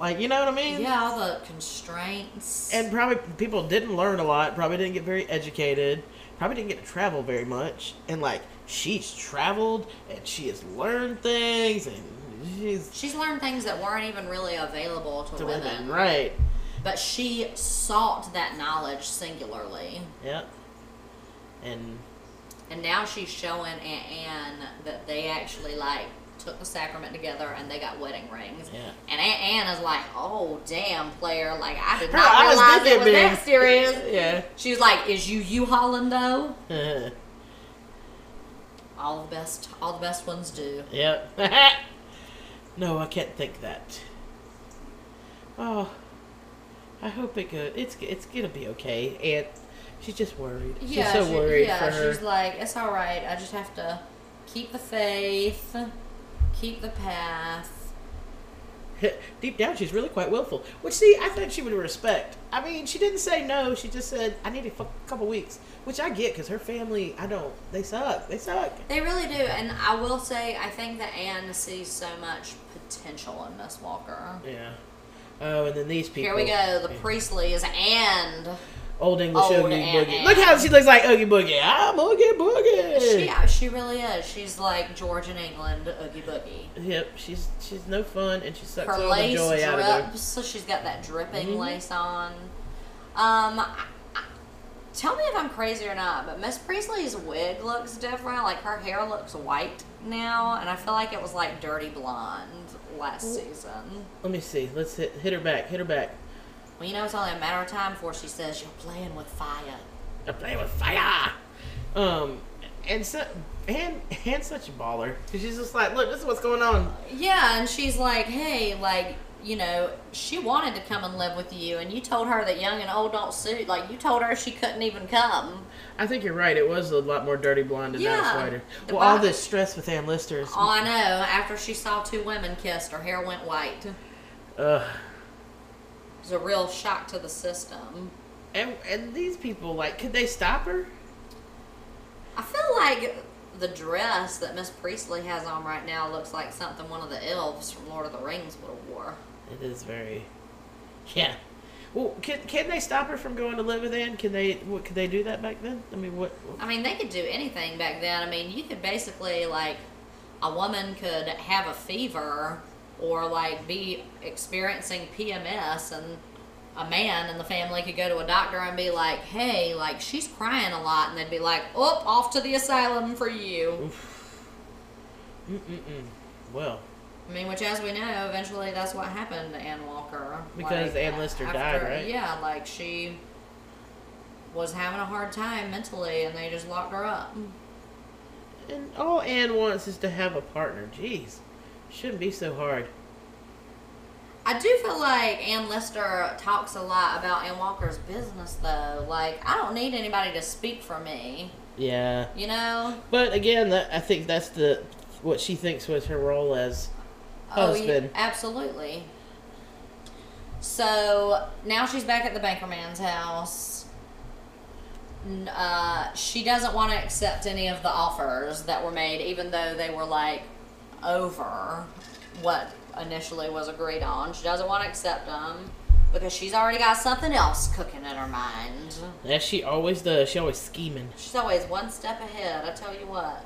S1: Like, you know what I mean?
S2: Yeah, all the constraints.
S1: And probably people didn't learn a lot, probably didn't get very educated, probably didn't get to travel very much. And like, she's traveled and she has learned things and she's
S2: she's learned things that weren't even really available to,
S1: to
S2: women.
S1: women, right?
S2: But she sought that knowledge singularly.
S1: Yep. And
S2: And now she's showing Aunt Anne that they actually like took the sacrament together and they got wedding rings.
S1: Yeah.
S2: And Aunt Anne is like, "Oh damn, player! Like I did
S1: Her
S2: not
S1: eyes
S2: realize
S1: did
S2: it
S1: get
S2: was
S1: big."
S2: that serious."
S1: yeah,
S2: She was like, "Is you you Hollando?"
S1: yep.
S2: All the best, all the best ones do.
S1: no, I can't think that. Oh, I hope it good. It's it's gonna be okay. And she's just worried.
S2: Yeah,
S1: she's so
S2: she-
S1: worried
S2: yeah,
S1: for her.
S2: she's like, "It's all right. I just have to keep the faith, keep the path."
S1: Deep down, she's really quite willful. Which, see, I think she would respect. I mean, she didn't say no. She just said, "I need a f- couple weeks," which I get because her family, I don't. They suck. They suck.
S2: They really do, and I will say, I think that Anne sees so much potential in Miss Walker.
S1: Yeah. Oh, and then these people.
S2: Here we go. The Oh, Priestley is and
S1: Old English
S2: Old
S1: Oogie
S2: Aunt
S1: Boogie.
S2: Anne.
S1: Look how she looks like Oogie Boogie. I'm Oogie Boogie.
S2: she she really is. She's like George in England, Oogie Boogie.
S1: Yep, she's she's no fun and she sucks
S2: Her
S1: all the
S2: lace
S1: joy out of her.
S2: drips, so she's got that dripping
S1: Mhm.
S2: lace on. Um, I, I, tell me if I'm crazy or not, but Miss Priestley's wig looks different. Like her hair looks white now, and I feel like it was like dirty blonde last season.
S1: Let me see. Let's hit hit her back. Hit her back.
S2: Well, you know, it's only a matter of time before she says you're playing with fire.
S1: I play with fire. Um, and so and and such a baller. 'Cause She's just like, look, this is what's going on.
S2: Yeah, and she's like, hey, like, you know, she wanted to come and live with you, and you told her that young and old don't suit. Like, you told her she couldn't even come.
S1: I think you're right. It was a lot more dirty blonde and
S2: Yeah.
S1: not a sweater.
S2: The
S1: Well, all
S2: bottom-
S1: this stress with Ann Lister is.
S2: Oh, I know. After she saw two women kissed, her hair went white. It
S1: Ugh.
S2: was a real shock to the system.
S1: And and these people like, could they stop her?
S2: I feel like the dress that Miss Priestley has on right now looks like something one of the elves from Lord of the Rings would have wore.
S1: It is very. Yeah. Well, can can they stop her from going to live with Ann? Can they? What could they do that back then? I mean, what? what-
S2: I mean, they could do anything back then. I mean, you could basically like a woman could have a fever or like be experiencing PMS and a man in the family could go to a doctor and be like, "Hey, like she's crying a lot." And they'd be like, "Oh, off to the asylum for you."
S1: Mm mm mm. Well,
S2: I mean, which as we know, eventually that's what happened to Ann Walker.
S1: Because Ann Lister died, right?
S2: Yeah, like she was having a hard time mentally and they just locked her up.
S1: and all Ann wants is to have a partner. Jeez, shouldn't be so hard.
S2: I do feel like Ann Lister talks a lot about Ann Walker's business, though. Like, I don't need anybody to speak for me,
S1: Yeah.
S2: you know?
S1: But again, that, I think that's the what she thinks was her role as. Husband.
S2: Oh, yeah, absolutely. So now she's back at the banker man's house. N- Uh, she doesn't want to accept any of the offers that were made, even though they were like over what initially was agreed on. She doesn't want to accept them because she's already got something else cooking in her mind.
S1: As she always does. She always scheming.
S2: She's always one step ahead, I tell you what.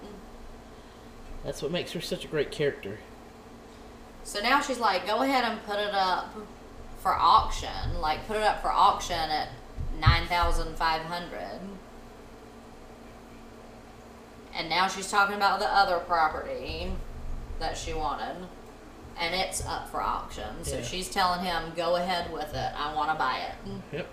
S1: That's what makes her such a great character.
S2: So now she's like, go ahead and put it up for auction. Like, put it up for auction at 9500 And now she's talking about the other property that she wanted. And it's up for auction. So
S1: Yeah.
S2: she's telling him, go ahead with it. I want to buy it.
S1: Yep.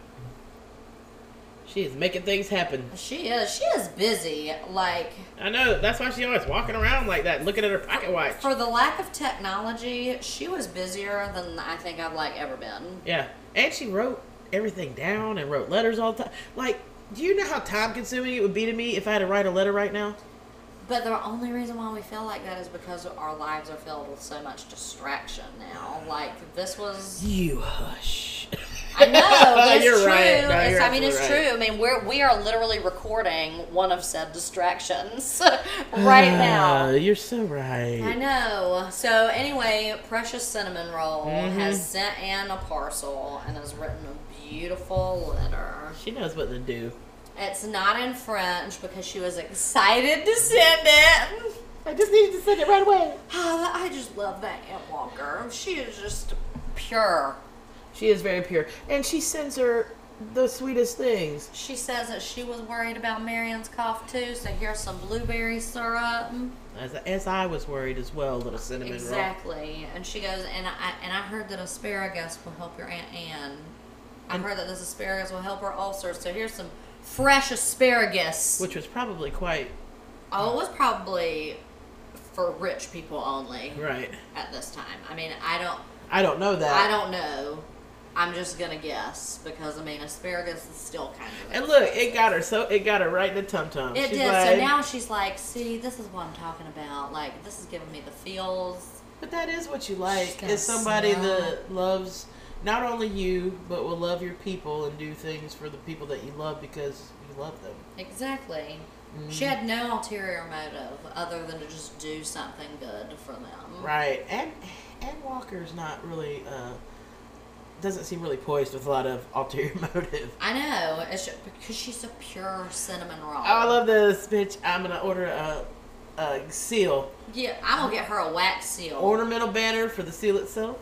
S1: She is making things happen.
S2: She is. She is busy. Like,
S1: I know. That's why she always walking around like that, looking at her pocket watch.
S2: for the lack of technology, she was busier than I think I've, like, ever been.
S1: Yeah, and she wrote everything down and wrote letters all the time. Like, do you know how time consuming it would be to me if I had to write a letter right now?
S2: But the only reason why we feel like that is because our lives are filled with so much distraction now. Like this was,
S1: You hush.
S2: I know that's
S1: You're
S2: true.
S1: right. No,
S2: It's-
S1: you're
S2: I mean, it's
S1: absolutely
S2: true. I mean, we're we are literally recording one of said distractions right
S1: Ah,
S2: now.
S1: you're so
S2: I
S1: right.
S2: know. So anyway, Precious Cinnamon Roll
S1: Mm-hmm.
S2: has sent Anne a parcel and has written a beautiful letter.
S1: She knows what to do.
S2: It's not in French because she was excited to send it.
S1: I just needed to send it right away.
S2: Oh, I just love that Aunt Walker. She is just pure.
S1: She is very pure, and she sends her the sweetest things.
S2: She says that she was worried about Marion's cough too, so here's some blueberry syrup.
S1: As, as I was worried as well, little cinnamon
S2: Exactly. And she goes, and I and I heard that asparagus will help your Aunt Anne. I heard that this asparagus will help her ulcers, so here's some fresh asparagus.
S1: roll, which was probably quite
S2: oh, it was probably for rich people only
S1: right.
S2: at this time. I mean, I don't.
S1: I don't know that.
S2: I don't know. I'm just gonna guess because I mean asparagus is still kind of.
S1: And look, it got her so it got her right in the tum tum.
S2: It did. so now she's like, "See, this is what I'm talking about. Like, this is giving me the feels.
S1: But that is what you like.
S2: gotta
S1: Is somebody
S2: smile.
S1: that loves not only you, but will love your people and do things for the people that you love because you love them.
S2: Exactly.
S1: Mm-hmm.
S2: She had no ulterior motive other than to just do something good for them.
S1: Right. And and Walker's not really uh doesn't seem really poised with a lot of ulterior motive.
S2: I know, it's ju- because she's a pure cinnamon roll.
S1: I love this bitch. I'm gonna order a, a seal
S2: Yeah, I'm gonna get her a wax seal.
S1: ornamental banner for the seal itself,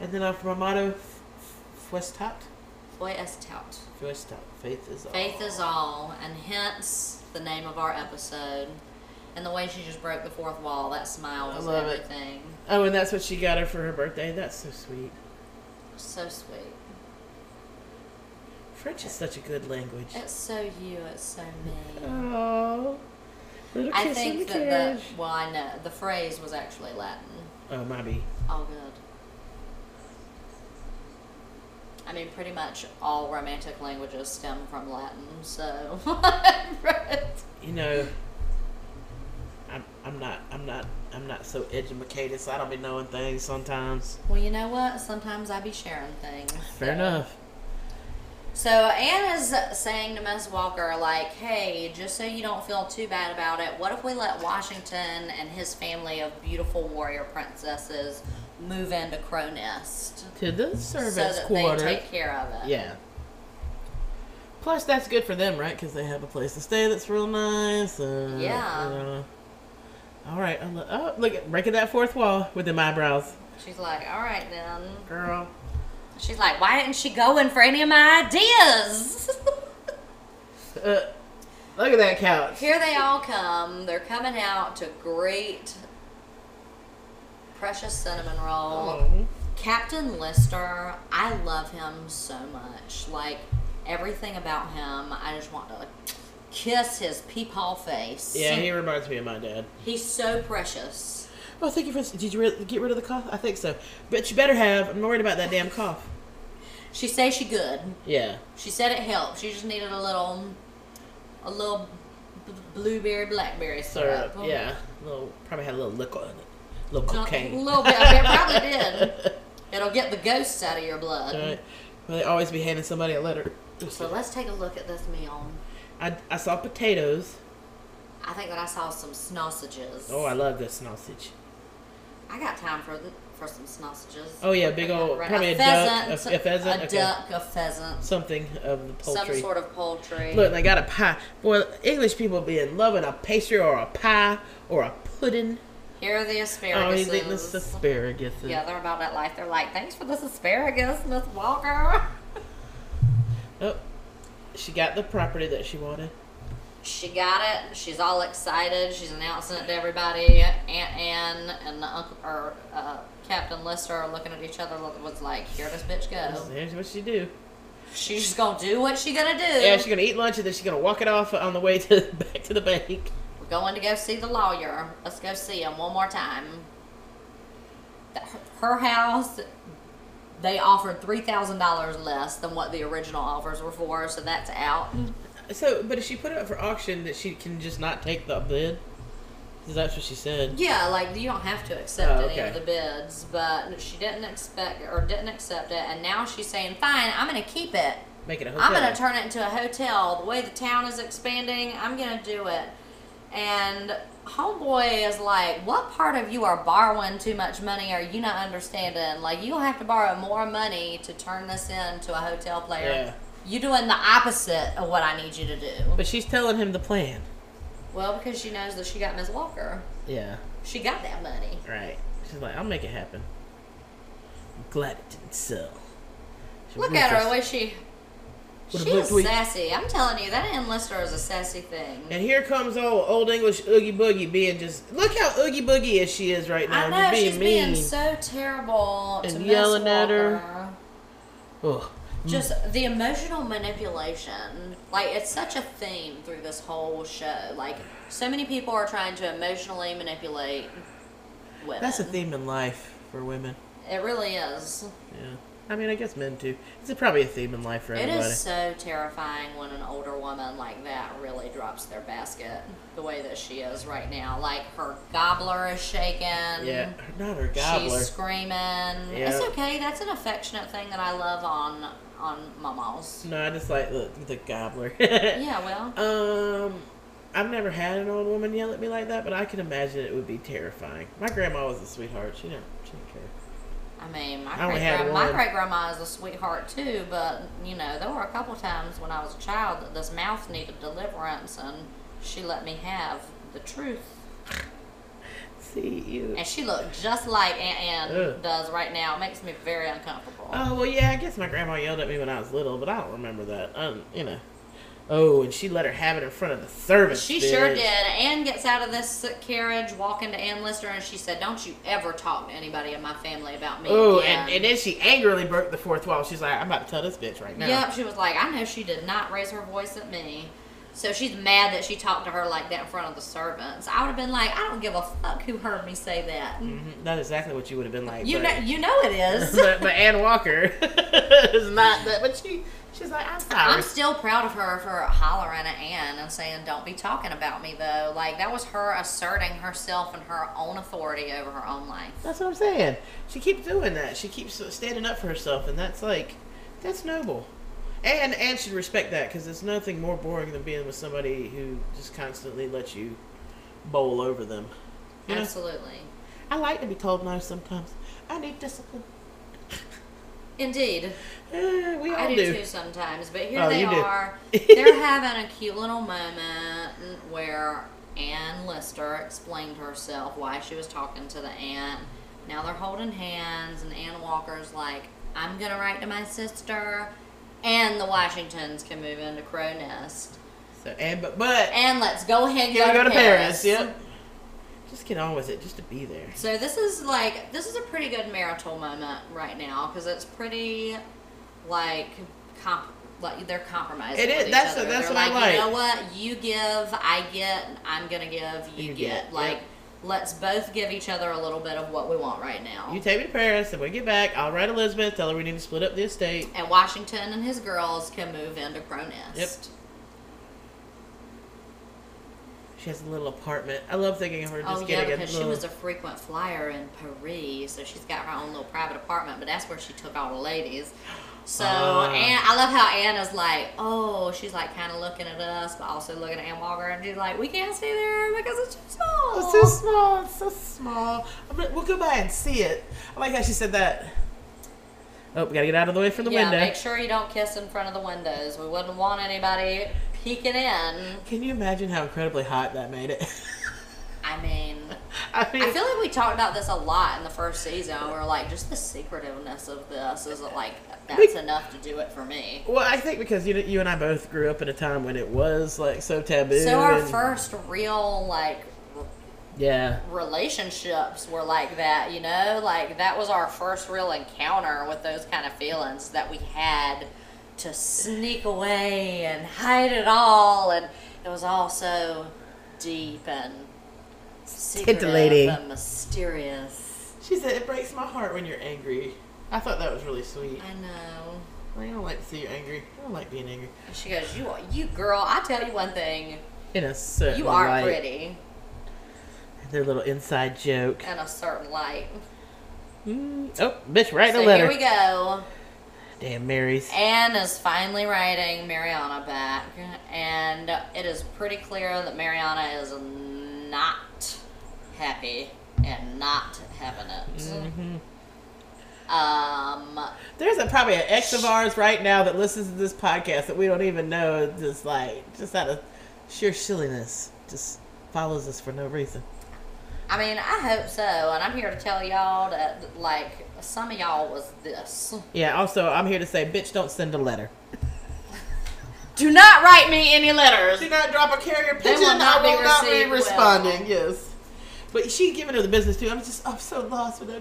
S1: and then uh, for my motto, f- f- Fuestat,
S2: Boy, as tout.
S1: Fuestat, faith is all.
S2: Faith is all, and hence the name of our episode. And the way she just broke the fourth wall, that smile
S1: I
S2: was
S1: love it.
S2: everything.
S1: Oh, and that's what she got her for her birthday. That's so sweet.
S2: So sweet.
S1: French is such a good language.
S2: It's so you, it's so me.
S1: Oh, little
S2: I
S1: kiss in the
S2: think that
S1: carriage.
S2: the well, I know the phrase was actually Latin.
S1: Oh, my bee.
S2: All good. I mean, pretty much all romantic languages stem from Latin, so.
S1: You know, I'm I'm not I'm not I'm not so educated, so I don't be knowing things sometimes.
S2: well, you know what? Sometimes I be sharing things.
S1: Fair enough.
S2: So Anne is saying to Miss Walker, like, hey, just so you don't feel too bad about it, what if we let Washington and his family of beautiful warrior princesses move into Crow Nest
S1: To the
S2: so
S1: servants'
S2: that
S1: quarters.
S2: they take care of it?
S1: Yeah. Plus, that's good for them, right? Because they have a place to stay that's real nice. Uh,
S2: Yeah.
S1: uh, all right. I lo- oh, look at breaking that fourth wall with them eyebrows,
S2: She's like, all right then.
S1: girl.
S2: She's like, why didn't she go in for any of my ideas?
S1: Uh, look at that couch.
S2: Here they all come. They're coming out to great precious cinnamon roll.
S1: Oh.
S2: Captain Lister, I love him so much. Like everything about him, I just want to like, kiss his peephole face.
S1: Yeah, he reminds me of my dad.
S2: he's so precious.
S1: Oh, thank you for. Did you re- get rid of the cough? I think so. But you better have. I'm worried about that damn cough.
S2: She says she good.
S1: Yeah.
S2: She said it helped. She just needed a little, a little b- blueberry blackberry
S1: Syrup.
S2: syrup.
S1: Yeah. Little, probably had a little liquor in it. A little
S2: Not-
S1: cocaine.
S2: A little bit. I mean, it probably did. It'll get the ghosts out of your blood.
S1: All right. Well, they always be handing somebody a letter.
S2: So let's take a look at this meal.
S1: I, I saw potatoes.
S2: I think that I saw some sausages.
S1: Oh, I love this sausage.
S2: I got time for the, for some sausages.
S1: Oh yeah, big old
S2: Right,
S1: probably a, duck, a, a pheasant,
S2: a
S1: okay.
S2: duck, a pheasant,
S1: something of the
S2: some
S1: poultry.
S2: sort of poultry.
S1: Look, they got a pie. Boy, English people be in love with a pastry or a pie or a pudding.
S2: Here are the
S1: Oh,
S2: asparagus.
S1: he's eating this asparagus.
S2: yeah, they're about that life. They're like, thanks for this asparagus, Miss Walker.
S1: Oh, she got the property that she wanted.
S2: She got it. She's all excited. She's announcing it to everybody. Aunt Anne and the uncle or uh, Captain Lister are looking at each other. Was like, here this bitch goes.
S1: Here's what she do.
S2: She's just gonna do what she gonna do.
S1: Yeah, she's gonna eat lunch and then she's gonna walk it off on the way to back to the bank.
S2: We're going to go see the lawyer. Let's go see him one more time. Th- Her house, they offered three thousand dollars less than what the original offers were for, so that's out.
S1: So, but if she put it up for auction, that she can just not take the bid. 'Cause That's what she said.
S2: Yeah, like you don't have to accept
S1: Oh,
S2: any
S1: okay.
S2: of the bids, but she didn't expect or didn't accept it, and now she's saying, "Fine, I'm going to keep it.
S1: Make it a hotel.
S2: I'm going to turn it into a hotel. The way the town is expanding, I'm going to do it." And homeboy is like, "What part of you are borrowing too much money? Are you not understanding? Like, you don't have to borrow more money to turn this into a hotel player.
S1: Yeah.
S2: You're doing the opposite of what I need you to do.
S1: But she's telling him the plan.
S2: Well, because she knows that she got Ms. Walker,
S1: Yeah.
S2: she got that money."
S1: Right. She's like, I'll make it happen. I'm glad it didn't sell. She
S2: Look
S1: would've
S2: at her, the
S1: looked
S2: way she.
S1: What a
S2: She was
S1: book we-
S2: sassy. I'm telling you, that enlister is a sassy thing.
S1: And here comes old old English Oogie Boogie being just look how Oogie Boogie is she is right now.
S2: I know
S1: just being
S2: she's
S1: mean.
S2: being so terrible to
S1: And
S2: Miss
S1: yelling at her.
S2: Walker.
S1: Ugh.
S2: Just the emotional manipulation. Like it's such a theme through this whole show. Like so many people are trying to emotionally manipulate women.
S1: That's a theme in life for women.
S2: It really is.
S1: Yeah. I mean, I guess men too. It's probably a theme in life for
S2: It
S1: everybody.
S2: is so terrifying when an older woman like that really drops their basket the way that she is right now. Like her gobbler is shaking.
S1: Yeah, not her gobbler.
S2: She's screaming. It's okay. That's an affectionate thing that I love on on mamas.
S1: No, I just like look the gobbler.
S2: Yeah, well,
S1: Um, I've never had an old woman yell at me like that, but I can imagine it would be terrifying. My grandma was a sweetheart. She didn't. She didn't care.
S2: I mean, my
S1: I only
S2: great
S1: had
S2: grand- my
S1: one.
S2: great grandma is a sweetheart too, but you know, there were a couple times when I was a child that this mouth needed deliverance, and she let me have the truth.
S1: See you.
S2: And she looked just like Aunt Ann
S1: Ugh.
S2: does right now. It makes me very uncomfortable.
S1: Oh well, yeah. I guess my grandma yelled at me when I was little, but I don't remember that. Um, you know. Oh, and she let her have it in front of the service.
S2: she
S1: bitch.
S2: sure did. Ann gets out of this carriage, walking to Ann Lister, and she said, "Don't you ever talk to anybody in my family about me
S1: Oh,
S2: again."
S1: and, and then she angrily broke the fourth wall. She's like, "I'm about to tell this bitch right now."
S2: Yep, she was like, I know she did not raise her voice at me. So she's mad that she talked to her like that in front of the servants. I would have been like, I don't give a fuck who heard me say that.
S1: Mhm, That's exactly what you would have been like.
S2: You know,
S1: but,
S2: you know it is.
S1: but, but Ann Walker is not that. But she, she's like, "I'm sorry."
S2: I'm still proud of her for hollering at Anne and saying, "Don't be talking about me," though. Like that was her asserting herself and her own authority over her own life.
S1: That's what I'm saying. She keeps doing that. She keeps standing up for herself, and that's like, that's noble. And and should respect that because there's nothing more boring than being with somebody who just constantly lets you bowl over them. You know?
S2: Absolutely,
S1: I like to be told no sometimes. I need discipline. Eh, we all
S2: I do,
S1: do.
S2: too sometimes, but here
S1: Oh,
S2: they
S1: you do.
S2: are. They're having a cute little moment where Anne Lister explained herself why she was talking to the aunt. Now they're holding hands, and Anne Walker's like, "I'm gonna write to my sister," and the Washingtons can move into Crow Nest,
S1: So and but but
S2: and let's go ahead and
S1: you
S2: go,
S1: gotta go to Paris.
S2: Paris.
S1: Yep. Just get on with it. Just to be there.
S2: So this is like this is a pretty good marital moment right now because it's pretty like comp like they're compromising.
S1: It is-
S2: with each
S1: that's-
S2: other.
S1: that's
S2: They're
S1: what I like.
S2: You know what? You give, I get. I'm gonna give, you,
S1: You
S2: get.
S1: get,
S2: Like
S1: yep.
S2: let's both give each other a little bit of what we want right now.
S1: You take me to Paris, and when we get back, I'll write Elizabeth, tell her we need to split up the estate.
S2: and Washington and his girls can move into Cronest. Nest.
S1: She has a little apartment. I love thinking of her just
S2: Oh yeah,
S1: getting
S2: because
S1: a little.
S2: she was a frequent flyer in Paris, so she's got her own little private apartment. But that's where she took all the ladies. So
S1: Ah.
S2: Anne, I love how Anna's like, oh, she's like kind of looking at us, but also looking at Anne Walker, and she's like, we can't stay there because it's too small.
S1: Oh, It's so small. It's so small. I'm gonna, we'll go by and see it. I like how she said that. Oh, we gotta get out of the way from the
S2: yeah,
S1: window.
S2: make sure you don't kiss in front of the windows. We wouldn't want anybody peeking in.
S1: Can you imagine how incredibly hot that made it?
S2: I mean,
S1: I mean,
S2: I feel like we talked about this a lot in the first season. We were like, just the secretiveness of this is like that's enough to do it for me.
S1: well, I think because you you and I both grew up in a time when it was like so taboo.
S2: So our
S1: and-
S2: first real like r-
S1: yeah,
S2: relationships were like that, you know? Like that was our first real encounter with those kind of feelings that we had to sneak away and hide it all and it was all so deep and secretive
S1: Titillating.
S2: and mysterious.
S1: she said it breaks my heart when you're angry. I thought that was really sweet.
S2: I know.
S1: Like, I don't like to see you angry. I don't like being angry.
S2: And she goes, "You are you girl, I tell you one thing.
S1: In a certain
S2: You are
S1: light.
S2: pretty."
S1: Their little inside joke.
S2: In a certain light.
S1: Mm, oh, bitch, write
S2: So
S1: a letter.
S2: here we go.
S1: Damn, Mary's.
S2: Anne is finally writing Mariana back, and it is pretty clear that Mariana is not happy and not having it.
S1: Mm-hmm.
S2: Um,
S1: There's a, probably an ex of ours right now that listens to this podcast that we don't even know. Just like, just out of sheer silliness, just follows us for no reason.
S2: I mean, I hope so, and I'm here to tell y'all that, like, some of y'all was this.
S1: Yeah. Also, I'm here to say, bitch, don't send a letter.
S2: Do not write me any letters.
S1: Do not drop a carrier
S2: They will
S1: pigeon. I
S2: not be
S1: will not be
S2: received well.
S1: responding. Yes. But she giving her the business too. I'm just, I'm so lost with that.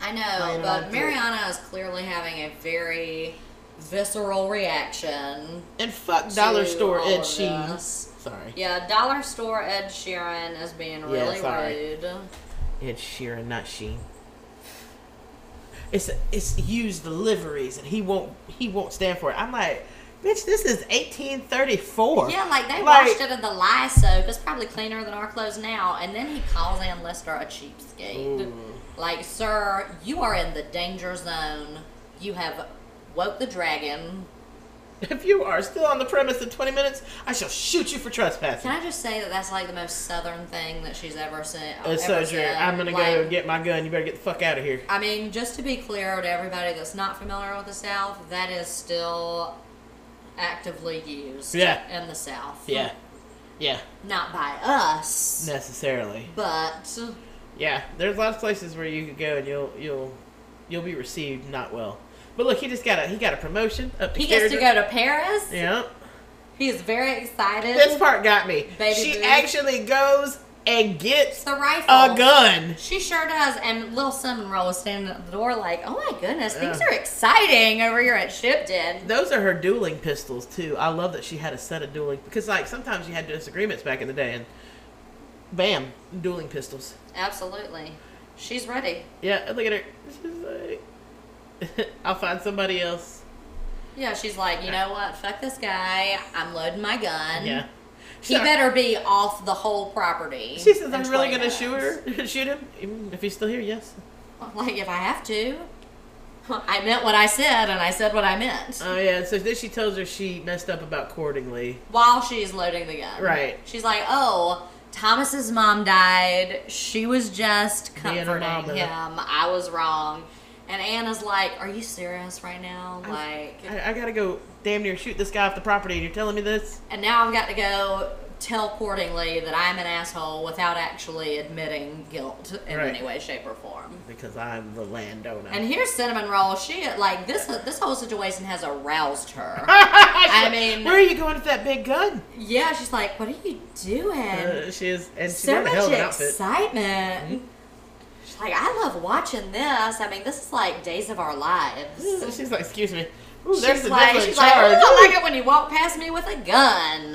S2: I
S1: I
S2: know,
S1: know,
S2: but
S1: too.
S2: Mariana is clearly having a very visceral reaction.
S1: And fuck dollar
S2: to
S1: store
S2: all
S1: Ed
S2: of
S1: Sheeran.
S2: this.
S1: Sorry,
S2: Yeah, Dollar Store Ed Sheeran is being really
S1: sorry.
S2: rude.
S1: Ed Sheeran, not Sheen. it's it's used deliveries, and he won't he won't stand for it. I'm like, bitch, this is 1834.
S2: Yeah, like they
S1: Like-
S2: washed it in the Lysol. It's probably cleaner than our clothes now. And then he calls Ann Lister a cheapskate. Like, sir, you are in the danger zone. You have woke the dragon.
S1: If you are still on the premise in 20 minutes, I shall shoot you for trespassing.
S2: Can I just say that that's like the most southern thing that she's ever said?
S1: It's
S2: ever
S1: surgery.
S2: said.
S1: I'm gonna
S2: Like,
S1: go get my gun. You better get the fuck out of here.
S2: I mean, just to be clear to everybody that's not familiar with the South, that is still actively used
S1: Yeah.
S2: in the South.
S1: Yeah, yeah,
S2: Not by us,
S1: necessarily.
S2: but
S1: Yeah, there's lots of places where you could go and you'll you'll you'll be received not well. But look, he just got a he got a promotion up to
S2: he gets to
S1: Kerriggan.
S2: go to Paris.
S1: Yeah,
S2: He is very excited.
S1: this part got me.
S2: Baby
S1: she
S2: boo.
S1: actually goes and
S2: It's
S1: gets
S2: the rifle.
S1: a gun.
S2: She sure does. And Lil Cinnamon Roll is standing at the door like, oh my goodness, things
S1: Yeah.
S2: are exciting over here at Shipton.
S1: Those are her dueling pistols too. I love that she had a set of dueling because like sometimes you had disagreements back in the day and bam, dueling pistols.
S2: Absolutely. She's ready.
S1: Yeah, and look at her. She's like, I'll find somebody else.
S2: Yeah, she's like, you know what? Fuck this guy. I'm loading my gun.
S1: Yeah.
S2: He
S1: So-
S2: better be off the whole property.
S1: She says,
S2: in
S1: "I'm really
S2: 20
S1: gonna
S2: minutes."
S1: shoot her, shoot him, even if he's still here." Yes.
S2: Like, if I have to. I meant what I said, and I said what I meant.
S1: Oh yeah. So then she tells her she messed up about courtingly.
S2: while she's loading the gun.
S1: Right.
S2: She's like, oh, Thomas's mom died. She was just
S1: Being a mama.
S2: comforting him. I was wrong. And Anna's like, are you serious right now? Like,
S1: I, I gotta go damn near shoot this guy off the property, and you're telling me this?
S2: and now I've got to go tell Cordingly that I'm an asshole without actually admitting guilt in
S1: Right.
S2: any way, shape, or form.
S1: Because I'm the landowner.
S2: And here's cinnamon roll. She like this. This whole situation has aroused her.
S1: I
S2: mean-
S1: where are you going with that big gun?
S2: yeah, she's like, "What are you doing?"
S1: Uh, she is, and she's
S2: so
S1: wearing a hell
S2: much
S1: of an outfit. Mm-hmm.
S2: excitement. She's Like I love watching this. I mean, this is like days of our lives.
S1: She's like, "Excuse me." Ooh, there's
S2: she's
S1: the
S2: like,
S1: definite
S2: she's like,
S1: charge.
S2: "Ooh, I
S1: Ooh."
S2: like it when you walk past me with a gun.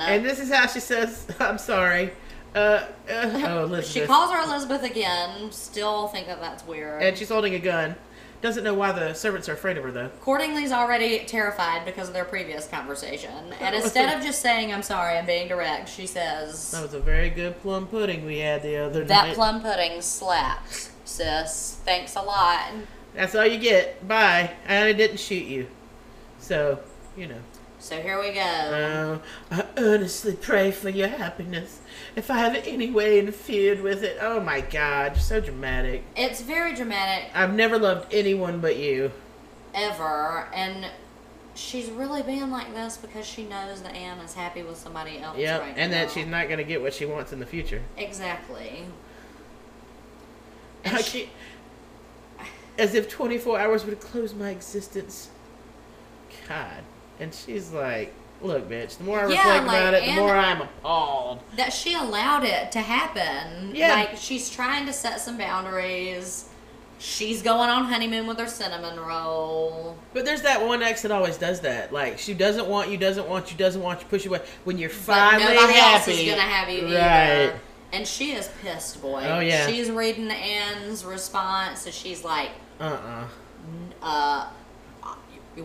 S1: And this is how she says, "I'm sorry." Uh, uh, oh, Elizabeth.
S2: she calls her Elizabeth again. Still think that that's weird.
S1: and she's holding a gun. Doesn't know why the servants are afraid of her though.
S2: Cordingly's already terrified because of their previous conversation. And instead of just saying I'm sorry and being direct, she says
S1: That was a very good plum pudding we had the other
S2: that
S1: Oh, night.
S2: plum pudding slaps, sis. Thanks a lot.
S1: That's all you get. Bye. And I didn't shoot you. So, you know.
S2: So here we go.
S1: Oh, I earnestly pray for your happiness. If I have any way interfered with it, oh my god, you're so dramatic.
S2: it's very dramatic.
S1: I've never loved anyone but you.
S2: ever and she's really being like this because she knows that Anne is happy with somebody else
S1: Yep,
S2: right
S1: and
S2: now.
S1: that she's not gonna get what she wants in the future.
S2: exactly
S1: I
S2: and she,
S1: can't- As if 24 hours would close my existence. God. And she's like, look, bitch, the more I
S2: Yeah,
S1: reflect about
S2: like,
S1: it, the
S2: and-
S1: more I'm appalled.
S2: that she allowed it to happen
S1: Yeah.
S2: like she's trying to set some boundaries she's going on honeymoon with her cinnamon roll
S1: But there's that one ex that always does that. Like she doesn't want you, doesn't want you, doesn't want you, push you away. When you're
S2: but
S1: finally
S2: nobody else
S1: happy,
S2: is gonna have you
S1: right?
S2: either and she is pissed boy
S1: Oh, yeah.
S2: she's reading Anne's response and she's like
S1: Uh uh
S2: uh,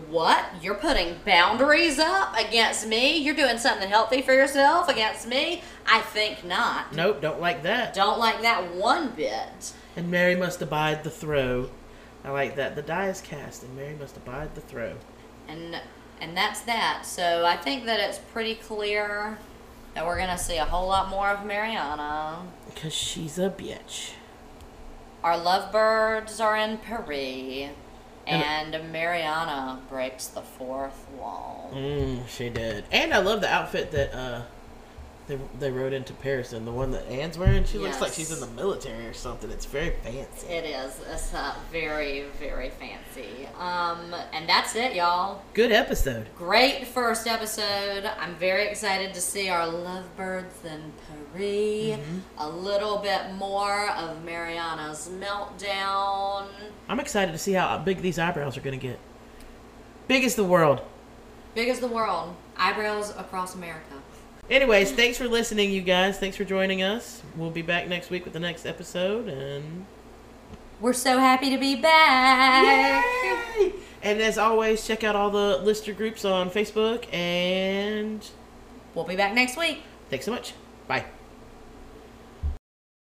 S2: what? You're putting boundaries up against me? You're doing something healthy for yourself against me? I think not.
S1: Nope, don't like that.
S2: Don't like that one bit.
S1: And Mary must abide the throw. I like that. The die is cast, and Mary must abide the throw.
S2: And and that's that. So I think that it's pretty clear that we're gonna see a whole lot more of Mariana.
S1: Cause she's a bitch.
S2: Our lovebirds are in Paris.
S1: And-
S2: And Mariana breaks the fourth wall.
S1: Mm, she did. And I love the outfit that uh they they rode into Paris in. The one that Anne's wearing. She looks like
S2: Yes.
S1: she's in the military or something. It's very fancy.
S2: It is. It's uh, very, very fancy. Um, and that's it, y'all.
S1: Good episode.
S2: Great first episode. I'm very excited to see our lovebirds in Paris. A little bit more of Mariana's meltdown.
S1: I'm excited to see how big these eyebrows are gonna get. Big as the world.
S2: Big as the world. Eyebrows across America.
S1: Anyways, thanks for listening, you guys. Thanks for joining us. We'll be back next week with the next episode, and
S2: We're so happy to be back.
S1: Yay! And as always, check out all the lister groups on Facebook. And
S2: We'll be back next week.
S1: thanks so much. Bye.